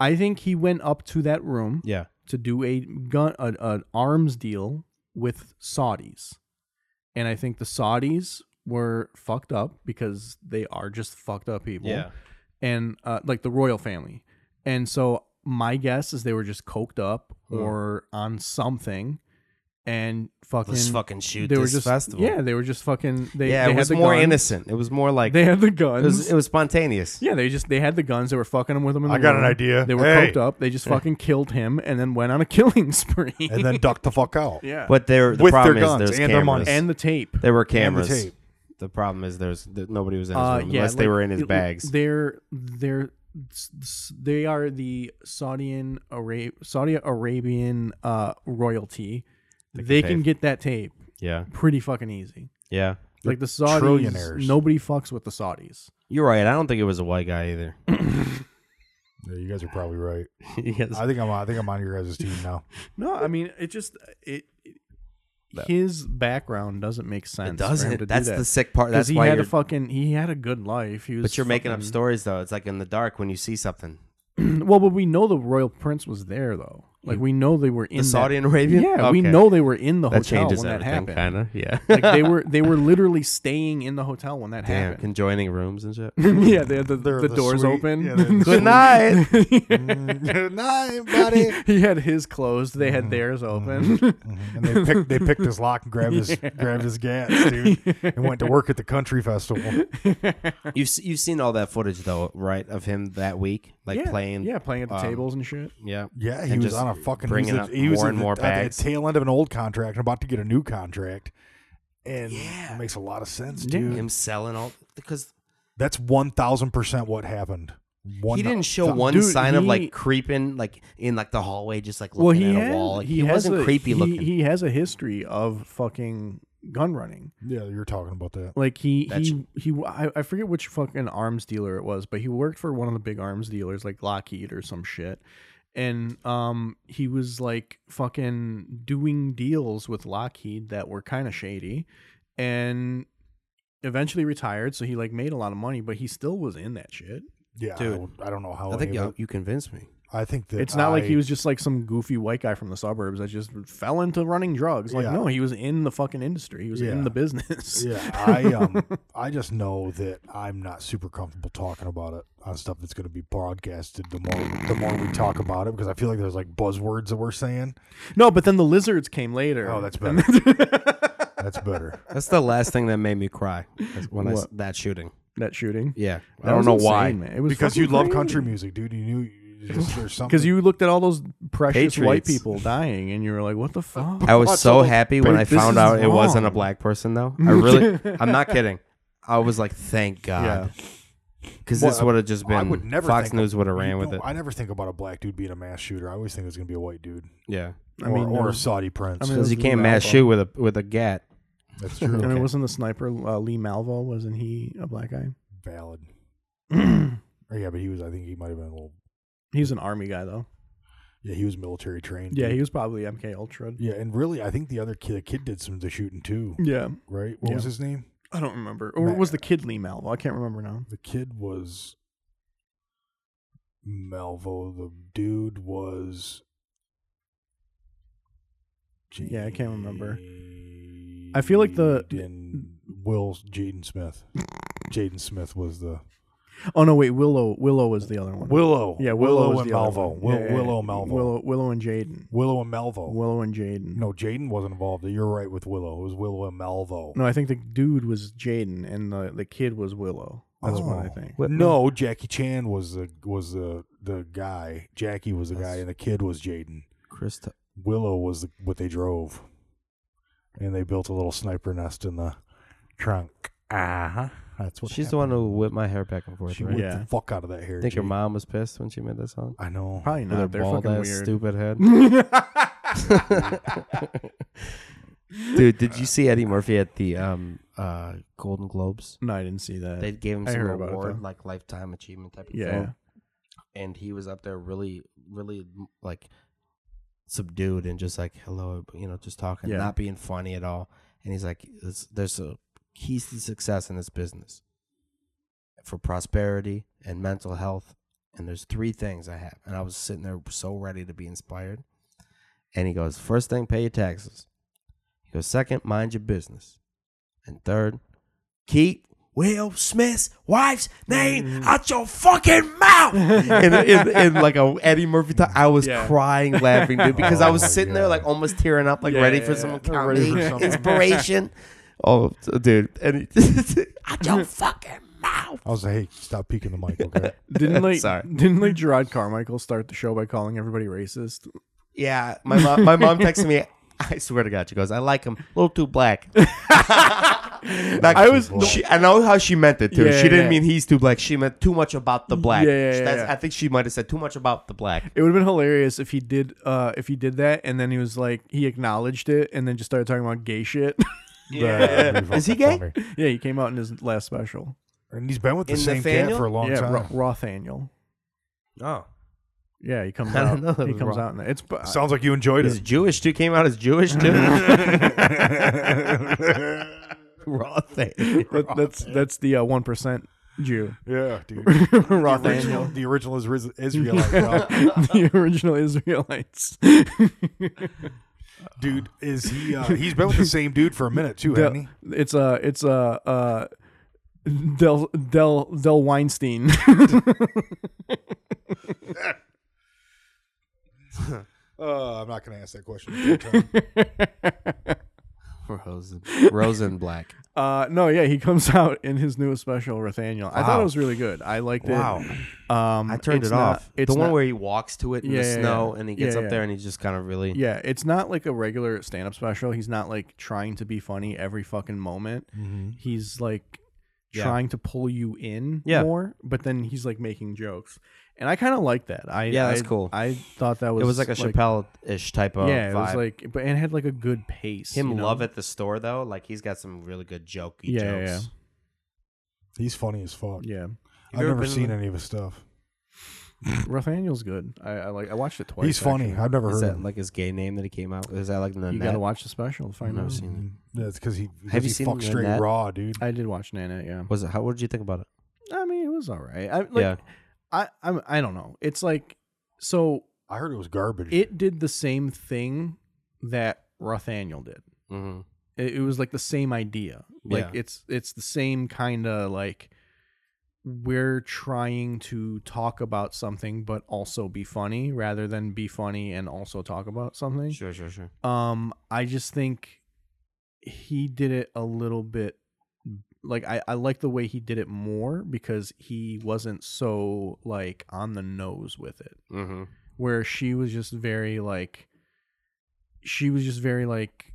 I think he went up to that room Yeah. to do a gun, a, an arms deal with Saudis, and I think the Saudis were fucked up because they are just fucked up people. Yeah. and uh, like the royal family. And so my guess is they were just coked up or on something, and fucking Hmm. Let's fucking shoot they this were just festival. yeah they were just fucking they yeah, they it had was the more guns. innocent. It was more like They it had the guns. was, it was spontaneous. yeah, they just they had the guns. They were fucking him with them. In the I got an room. idea. They were Hey. coked up. They just fucking killed him and then went on a killing spree. and then duck the fuck out. yeah, But there, the With their problem is guns there's and cameras. their money. and the tape. there were And the cameras. tape. The problem is there's th- nobody was in his Uh, room yeah, unless they like, were in his it- bags. They're they're s- s- they are the Saudi Ara- Saudi Arabian uh, royalty. They, can pay can for- get that tape yeah, pretty fucking easy. yeah. Like the Saudis, trillionaires. nobody fucks with the Saudis. You're right. I don't think it was a white guy either. Yeah, you guys are probably right. Yes. I think I'm. I think I'm on your guys' team now. No, I mean it just it. it- his background doesn't make sense. it for him to do doesn't. That's that. the sick part. Because That's he why had a you're, fucking he had a good life. He was but you're making up fucking- stories though. It's like in the dark when you see something. Well, but we know the royal prince was there though. Like we know they were in Mm. The that- Saudi Arabia. Yeah, we Okay. know they were in the that hotel changes when that happened. everything. Kind of. Yeah. like they were they were literally staying in the hotel when that Damn, happened. conjoining rooms and shit. yeah, they had the, They're the, the doors suite. open. Yeah, they're- Good night. Good night, he, buddy. Mm-hmm. he had his closed. They had theirs open. And they picked they picked his lock and grabbed his grabbed his gas, dude, and went to work at the country festival. You've s- you've seen all that footage though, right? Of him that week, like yeah, playing. Yeah, playing at the um, tables and shit. Yeah. Yeah, he And was just on a fucking. bringing he was, up at- he was more at and the- more at the bags. tail end of an old contract and about to get a new contract, and Yeah. it makes a lot of sense, Yeah. dude. Him selling all because That's one thousand percent what happened. One he didn't show thou- one Dude, sign of he- like creeping, like in like the hallway, just like Well, he looking at had, a wall. Like, he, he, has wasn't a- creepy he- looking. He has a history of fucking gun running. Yeah, you're talking about that. Like he That's- he he I, I forget which fucking arms dealer it was, but he worked for one of the big arms dealers like Lockheed or some shit. And um he was like fucking doing deals with Lockheed that were kind of shady and eventually retired, so he like made a lot of money, but he still was in that shit. Yeah, Dude. I, would- I don't know how. I think any of you, it- you convinced me. I think that It's not like I- he was just like some goofy white guy from the suburbs that just fell into running drugs. Like Yeah. no, he was in the fucking industry. He was in Yeah. the business. Yeah, I um, I just know that I'm not super comfortable talking about it on stuff that's going to be broadcasted. The more the more we talk about it, because I feel like there's like buzzwords that we're saying. No, but then the lizards came later. Oh, that's And better. that's better. That's the last thing that made me cry is when I s- What? that shooting. that shooting. Yeah, That I don't was know insane, why. man. It was Because you love country music, dude. You knew you just, there's something. Because you looked at all those precious white Patriots. people dying, and you were like, "What the fuck?" I was What's so up? happy when But I this found is out it wasn't a wrong. black person, though. I really, I'm not kidding. I was like, thank God, because Well, this would have just I been would never Fox think- News would have you ran with don't- it. I never think about a black dude being a mass shooter. I always think it's going to be a white dude. yeah, I or, mean, or a there's- Saudi prince. I mean, because you Lee can't mass Malvo. shoot with a with a gat. that's true. I mean, wasn't the sniper uh, Lee Malvo? Wasn't he a black guy? Valid. Or yeah, but he was. I think he might have been a little. He's an army guy, though. Yeah, he was military trained. Yeah, dude. he was probably MK Ultra. Yeah, and really, I think the other kid, the kid did some of the shooting too, Yeah, right? What was his name? I don't remember. Or Matt. was the kid Lee Malvo? I can't remember now. The kid was Malvo. The dude was. Yeah, I can't remember. I feel like the- Jaden- Will Jaden Smith. Jaden Smith was the Oh no, wait, Willow. Willow was the other one. Willow. yeah, Willow, was and the other Malvo. one. Will, Yeah, yeah, yeah. Willow Malvo. Willow, Willow, Willow and Jaden. and Malvo. Willow and Jaden. No, Jaden wasn't involved. You're right with Willow. It was Willow and Malvo. no, I think the dude was Jaden, and the the kid was Willow. That's what I Oh. think. No, Jackie Chan was the was the the guy. Jackie was the guy, and the kid was Jaden. Krista. Willow was the, what they drove, and they built a little sniper nest in the trunk. Uh huh. That's what. Uh-huh. She's the one who whipped my hair back and happened. forth. She Right? whipped Yeah. the fuck out of that hair. I think her Jake. mom was pissed when she made that song. I know. Probably With her not. They're bald fucking ass weird. stupid head. Dude, did you see Eddie Murphy at the um uh Golden Globes? No, I didn't see that. They gave him I some heard about it, award, though. like lifetime achievement type of yeah. thing. And he was up there really, really like subdued and just like hello, you know, just talking, Yeah. not being funny at all. And he's like, "There's- "There's a keys to success in this business. for prosperity and mental health. And there's three things I have. And I was sitting there so ready to be inspired. And he goes, First thing, pay your taxes. He goes, Second, mind your business. And third, keep Will Smith's wife's name out your fucking mouth. in, in, in like a Eddie Murphy talk. I was Yeah. crying laughing, dude, because I was Oh, sitting yeah. there like almost tearing up, like Yeah, ready yeah, for yeah. some Ready comedy for something. inspiration. Oh, t- dude, and he- out your fucking mouth. I was like, hey, stop peeking the mic, okay? Didn't like Sorry. didn't like Gerard Carmichael start the show by calling everybody racist? Yeah, my mom, my mom texted me. I swear to God, she goes, "I like him a little too black." Like, I was- She, I know how she meant it too. Yeah, she didn't yeah. mean he's too black. She meant too much about the black. Yeah, yeah, That's- yeah. I think she might have said too much about the black. It would have been hilarious if he did uh if he did that and then he was like he acknowledged it and then just started talking about gay shit. That'd be Is he fucking gay? funny. yeah, he came out in his last special. And he's been with the In same cat Nathaniel? for a long yeah, time. Ro- Rothaniel. Oh, Yeah, he comes I out. don't know that he was comes Roth. out in that. It's bu- Sounds like you enjoyed he's it. Jewish too. Came out as Jewish too. Raw thing. that, that's that's the uh, one percent Jew. yeah, dude. The original, Rothaniel, the original is Riz- Israelite. dog. the original Israelites. dude, is he? Uh, he's been with the same dude for a minute too, hasn't he? Del, it's a it's a uh, Del Del Del Weinstein. Uh, I'm not gonna ask that question. a third time. Rosen, Rosen black. Uh, no, yeah, he comes out in his newest special, Nathaniel. I thought Wow. it was really good. I liked Wow. it. Um, I turned it's it not- off. It's the one not- where he walks to it in Yeah, the yeah, snow yeah. and he gets Yeah, up yeah. there and he just kind of really. yeah, it's not like a regular stand-up special. He's not like trying to be funny every fucking moment. He's like Yeah. trying to pull you in Yeah. more, but then he's like making jokes, and I kind of like that. I Yeah, that's I- cool. I thought that was It was like a Chappelle ish type of yeah, it was vibe. like, but and it had like a good pace. him you know? love at the store though. Like he's got some really good jokey Yeah, yeah, jokes. yeah. He's funny as fuck. Yeah, Have I've you ever never been to seen the- any of his stuff. Nathaniel's good. I, I like. I watched it twice. He's funny. actually. I've never Is heard. Of that him. like his gay name that he came out? with? Is that like You gotta Nanette? watch the special to find never out. seen Mhm. Yeah, it's because he. Have he you seen fuck straight Nanette? raw, dude? I did watch Nanette. Yeah. Was it? How? What did you think about it? I mean, it was all right. I like. yeah. I I'm, I don't know. It's like so I heard it was garbage. it did the same thing that Rothaniel did. Mm-hmm. hmm It, it was like the same idea. Like Yeah. it's it's the same kind of like we're trying to talk about something but also be funny rather than be funny and also talk about something. Sure, sure, sure. Um, I just think he did it a little bit like I, I like the way he did it more because he wasn't so like on the nose with it. Mm-hmm. Where she was just very like she was just very like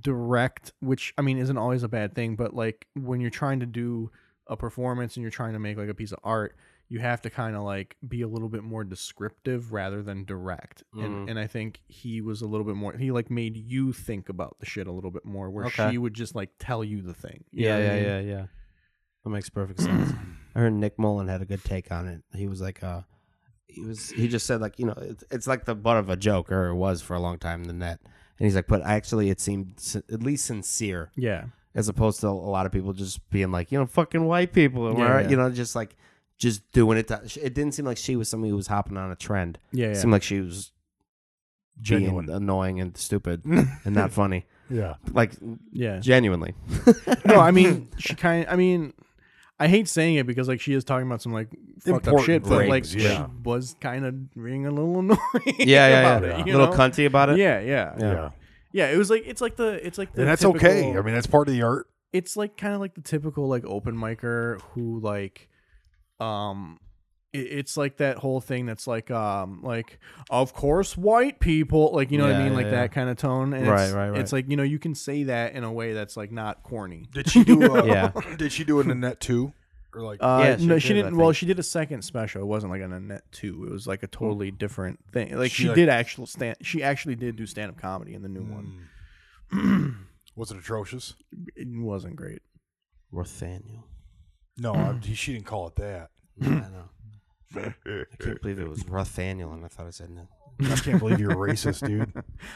direct, which I mean isn't always a bad thing, but like when you're trying to do a performance and you're trying to make like a piece of art, you have to kind of like be a little bit more descriptive rather than direct. And Mhm. and I think he was a little bit more he like made you think about the shit a little bit more where Okay. she would just like tell you the thing. You Yeah, know what I yeah, mean? yeah, yeah. That makes perfect sense. I heard Nick Mullen had a good take on it. He was like, uh, he was he just said like you know it's, it's like the butt of a joke or it was for a long time the net and he's like but actually it seemed sin- at least sincere Yeah. as opposed to a lot of people just being like you know fucking white people and Yeah, we're- yeah. you know just like just doing it. To, it didn't seem like she was somebody who was hopping on a trend. Yeah. It yeah. seemed like she was being Genuine. annoying and stupid and not funny. Yeah. Like yeah. genuinely. No, I mean she kind. I mean, I hate saying it because like she is talking about some like fucked up Important shit, but like things, yeah. she was kind of being a little annoying. Yeah, yeah, about yeah. It, A you little know? cunty about it. Yeah, yeah, yeah, Yeah. It was like it's like the it's like the And that's typical- okay. I mean, that's part of the art. it's like kind of like the typical like open micer who like, um. it- It's like that whole thing that's like, um, like of course white people, like you know what I Yeah, mean, yeah, like yeah. that kind of tone. And Right, it's, right, right. It's like you know you can say that in a way that's like not corny. Did she do? A, Yeah. Did she do a Nanette too? Or like? Uh, Yeah, she no, she did, I didn't. Well, think. she did a second special. It wasn't like on a net two. It was like a totally Hmm. different thing. Like she, She, like- did actual stand. She actually did do stand up comedy in the new one. was it atrocious? Hmm. It wasn't great. Rothaniel. No, I, he- she didn't call it that. I know. I can't believe it was Rothaniel, and I thought I said no. I can't believe you're racist, dude.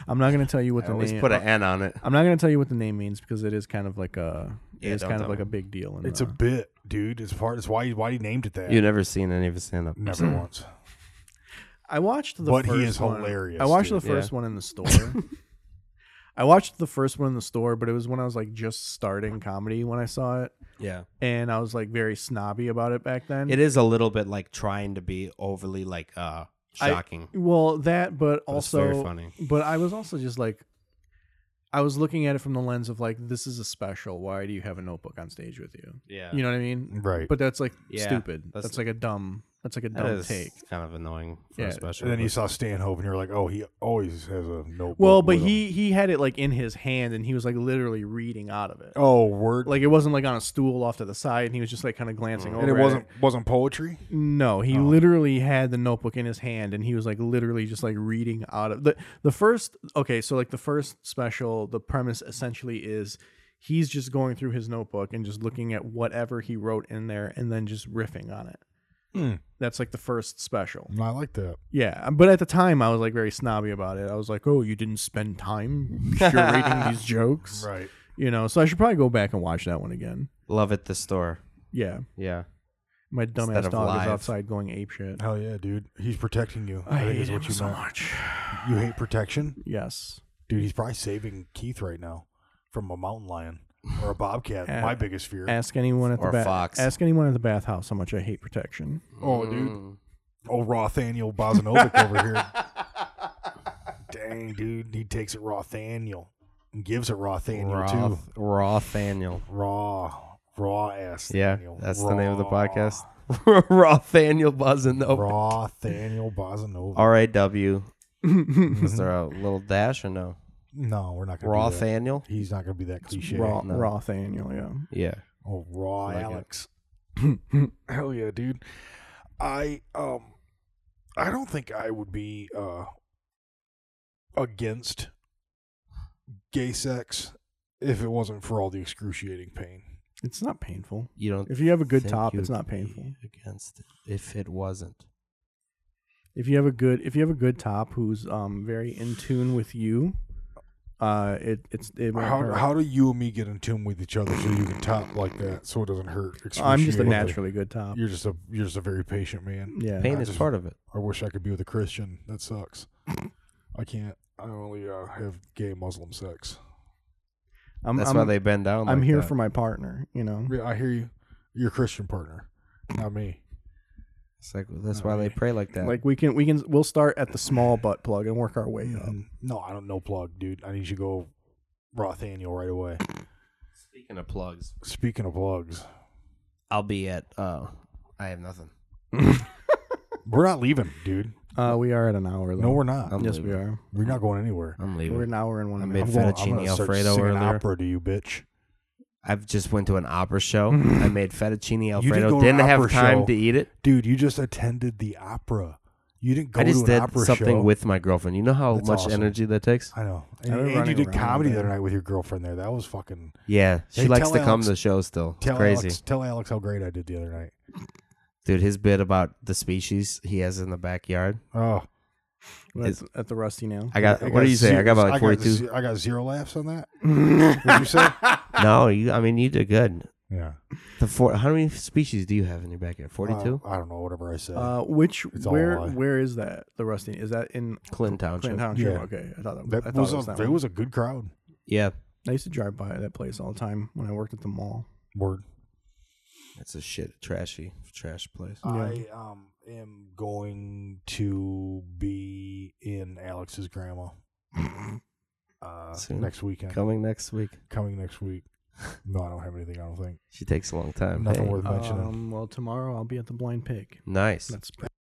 I'm not gonna tell you what I uh, the always name. uh, put an N on it. I'm not gonna tell you what the name means because it is kind of like a. Yeah, it is don't kind of tell like me. a big deal. In It's the, a bit. dude. It's part. It's why. Why he named it that. You never seen any of his stand up. Never once. I watched the. But he first is one. hilarious, I watched dude. the first one in the store. I watched the first one in the store, but it was when I was like just starting comedy when I saw it, Yeah. and I was like very snobby about it back then. It is a little bit like trying to be overly like uh shocking. well that, but That's also very funny. But I was also just like, I was looking at it from the lens of like, this is a special. Why do you have a notebook on stage with you? yeah. You know what I mean? Right. But that's like Yeah, stupid. That's, that's- like a dumb. That's like a that dumb is take. kind of annoying for Yeah. a special. and then you but- saw Stanhope, and you're like, oh, he always has a notebook. Well, but with him. he he had it like in his hand and he was like literally reading out of it. Oh, word. Oh, Like it wasn't like on a stool off to the side and he was just like kind of glancing over. Mm. and it at wasn't wasn't poetry. No, Oh. he literally had the notebook in his hand and he was like literally just like reading out of the the first okay, so like the first special, the premise essentially is he's just going through his notebook and just looking at whatever he wrote in there and then just riffing on it. Hmm. That's like the first special. I like that. Yeah, but at the time I was like very snobby about it. I was like, "Oh, you didn't spend time curating these jokes." Right. You know, so I should probably go back and watch that one again. Love at the store. Yeah. Yeah. My dumbass Instead dog of is live. outside going apeshit. Hell yeah, dude. He's protecting you. I, hate Oh, is him what you so meant. much. You hate protection, Yes. dude. He's probably saving Keith right now from a mountain lion or a bobcat. Uh, my biggest fear. Ask anyone at the Or bath. Fox. Ask anyone at the bathhouse how much I hate protection. oh, dude. Mm. Oh, Rothaniel Bozanovic over here. Dang, dude. He takes it Rothaniel and gives it Rothaniel, too. Roth, Rothaniel. Raw. Raw ass. Yeah, Thaniel. that's the name of the Raw. podcast. Rothaniel buzzing over. Rothaniel Bozanovic. R A W. Is there a little dash or no? No, we're not going to do Mm-hmm. that. Rothaniel. He's not going to be that cliche. Raw, no. raw Thaniel, yeah. Yeah. Oh, raw Like it. Alex. Hell yeah, dude. I um I don't think I would be uh against gay sex if it wasn't for all the excruciating pain. It's not painful. You don't. If you have a good think top, you it's would not be painful. Against it if it wasn't. If you have a good, if you have a good top who's um very in tune with you, uh, it it's it won't How, hurt. how do you and me get in tune with each other so you can top like that so it doesn't hurt? I'm just a excruciatingly? naturally good top. You're just a you're just a very patient man. Yeah. Pain I is just- part of it. I wish I could be with a Christian. That sucks. I can't. I only uh, have gay Muslim sex. I'm, That's I'm, why they bend down. I'm like here that. for my partner, you know. Yeah, I hear you. Your Christian partner, not me. It's like that's why they pray like that. Like we can we can we'll start at the small butt plug and work our way up. Um, no, I don't know plug, dude. I need you to go Rothaniel right away. Speaking of plugs, Speaking of plugs, I'll be at. Uh, I have nothing. we're not leaving, dude. Mm-hmm. Uh, we are at an hour though. No, we're not. I'm yes, we leaving. are. We're not going anywhere. I'm We're leaving. an hour and one I minute. made I'm going, I'm fettuccine going to start alfredo singing earlier. opera to you, bitch. I've just went to an opera show. I made fettuccine alfredo. go to an Didn't have opera time show. to eat it. Dude, you just attended the opera. You didn't go I to just an did opera something show. with my girlfriend. You know how That's much awesome. energy that takes. I know. I And, remember and you running did around, comedy the man. other night with your girlfriend there. That was fucking. Yeah, she Hey, likes tell to come Alex- to shows still. It's Tell crazy, Alex, tell Alex how great I did the other night. dude. His bit about the species he has in the backyard. Oh, At, at the rusty nail. I got. I what do you say? I zero- got about like I got, forty-two. ze- I got zero laughs on that. What'd you say? Uh, No, you. I mean, you did good. Yeah. The four. How many species do you have in your backyard? Forty-two. Uh, I don't know. Whatever I said. Uh, which It's all where a lie. where is that? The rusty is that in Clinton Township. Clinton Township? Yeah. Okay, I thought that, I that thought was, it was a, that it one. was a good crowd. Yeah, I used to drive by that place all the time when I worked at the mall. Word. it's a shit trashy trash place. I um am going to be in Alex's grandma uh, Soon. next weekend. Coming next week. Coming next week. No, I don't have anything. I don't think. She takes a long time. Nothing Hey. worth mentioning. Um, well, tomorrow I'll be at the Blind Pig. Nice. That's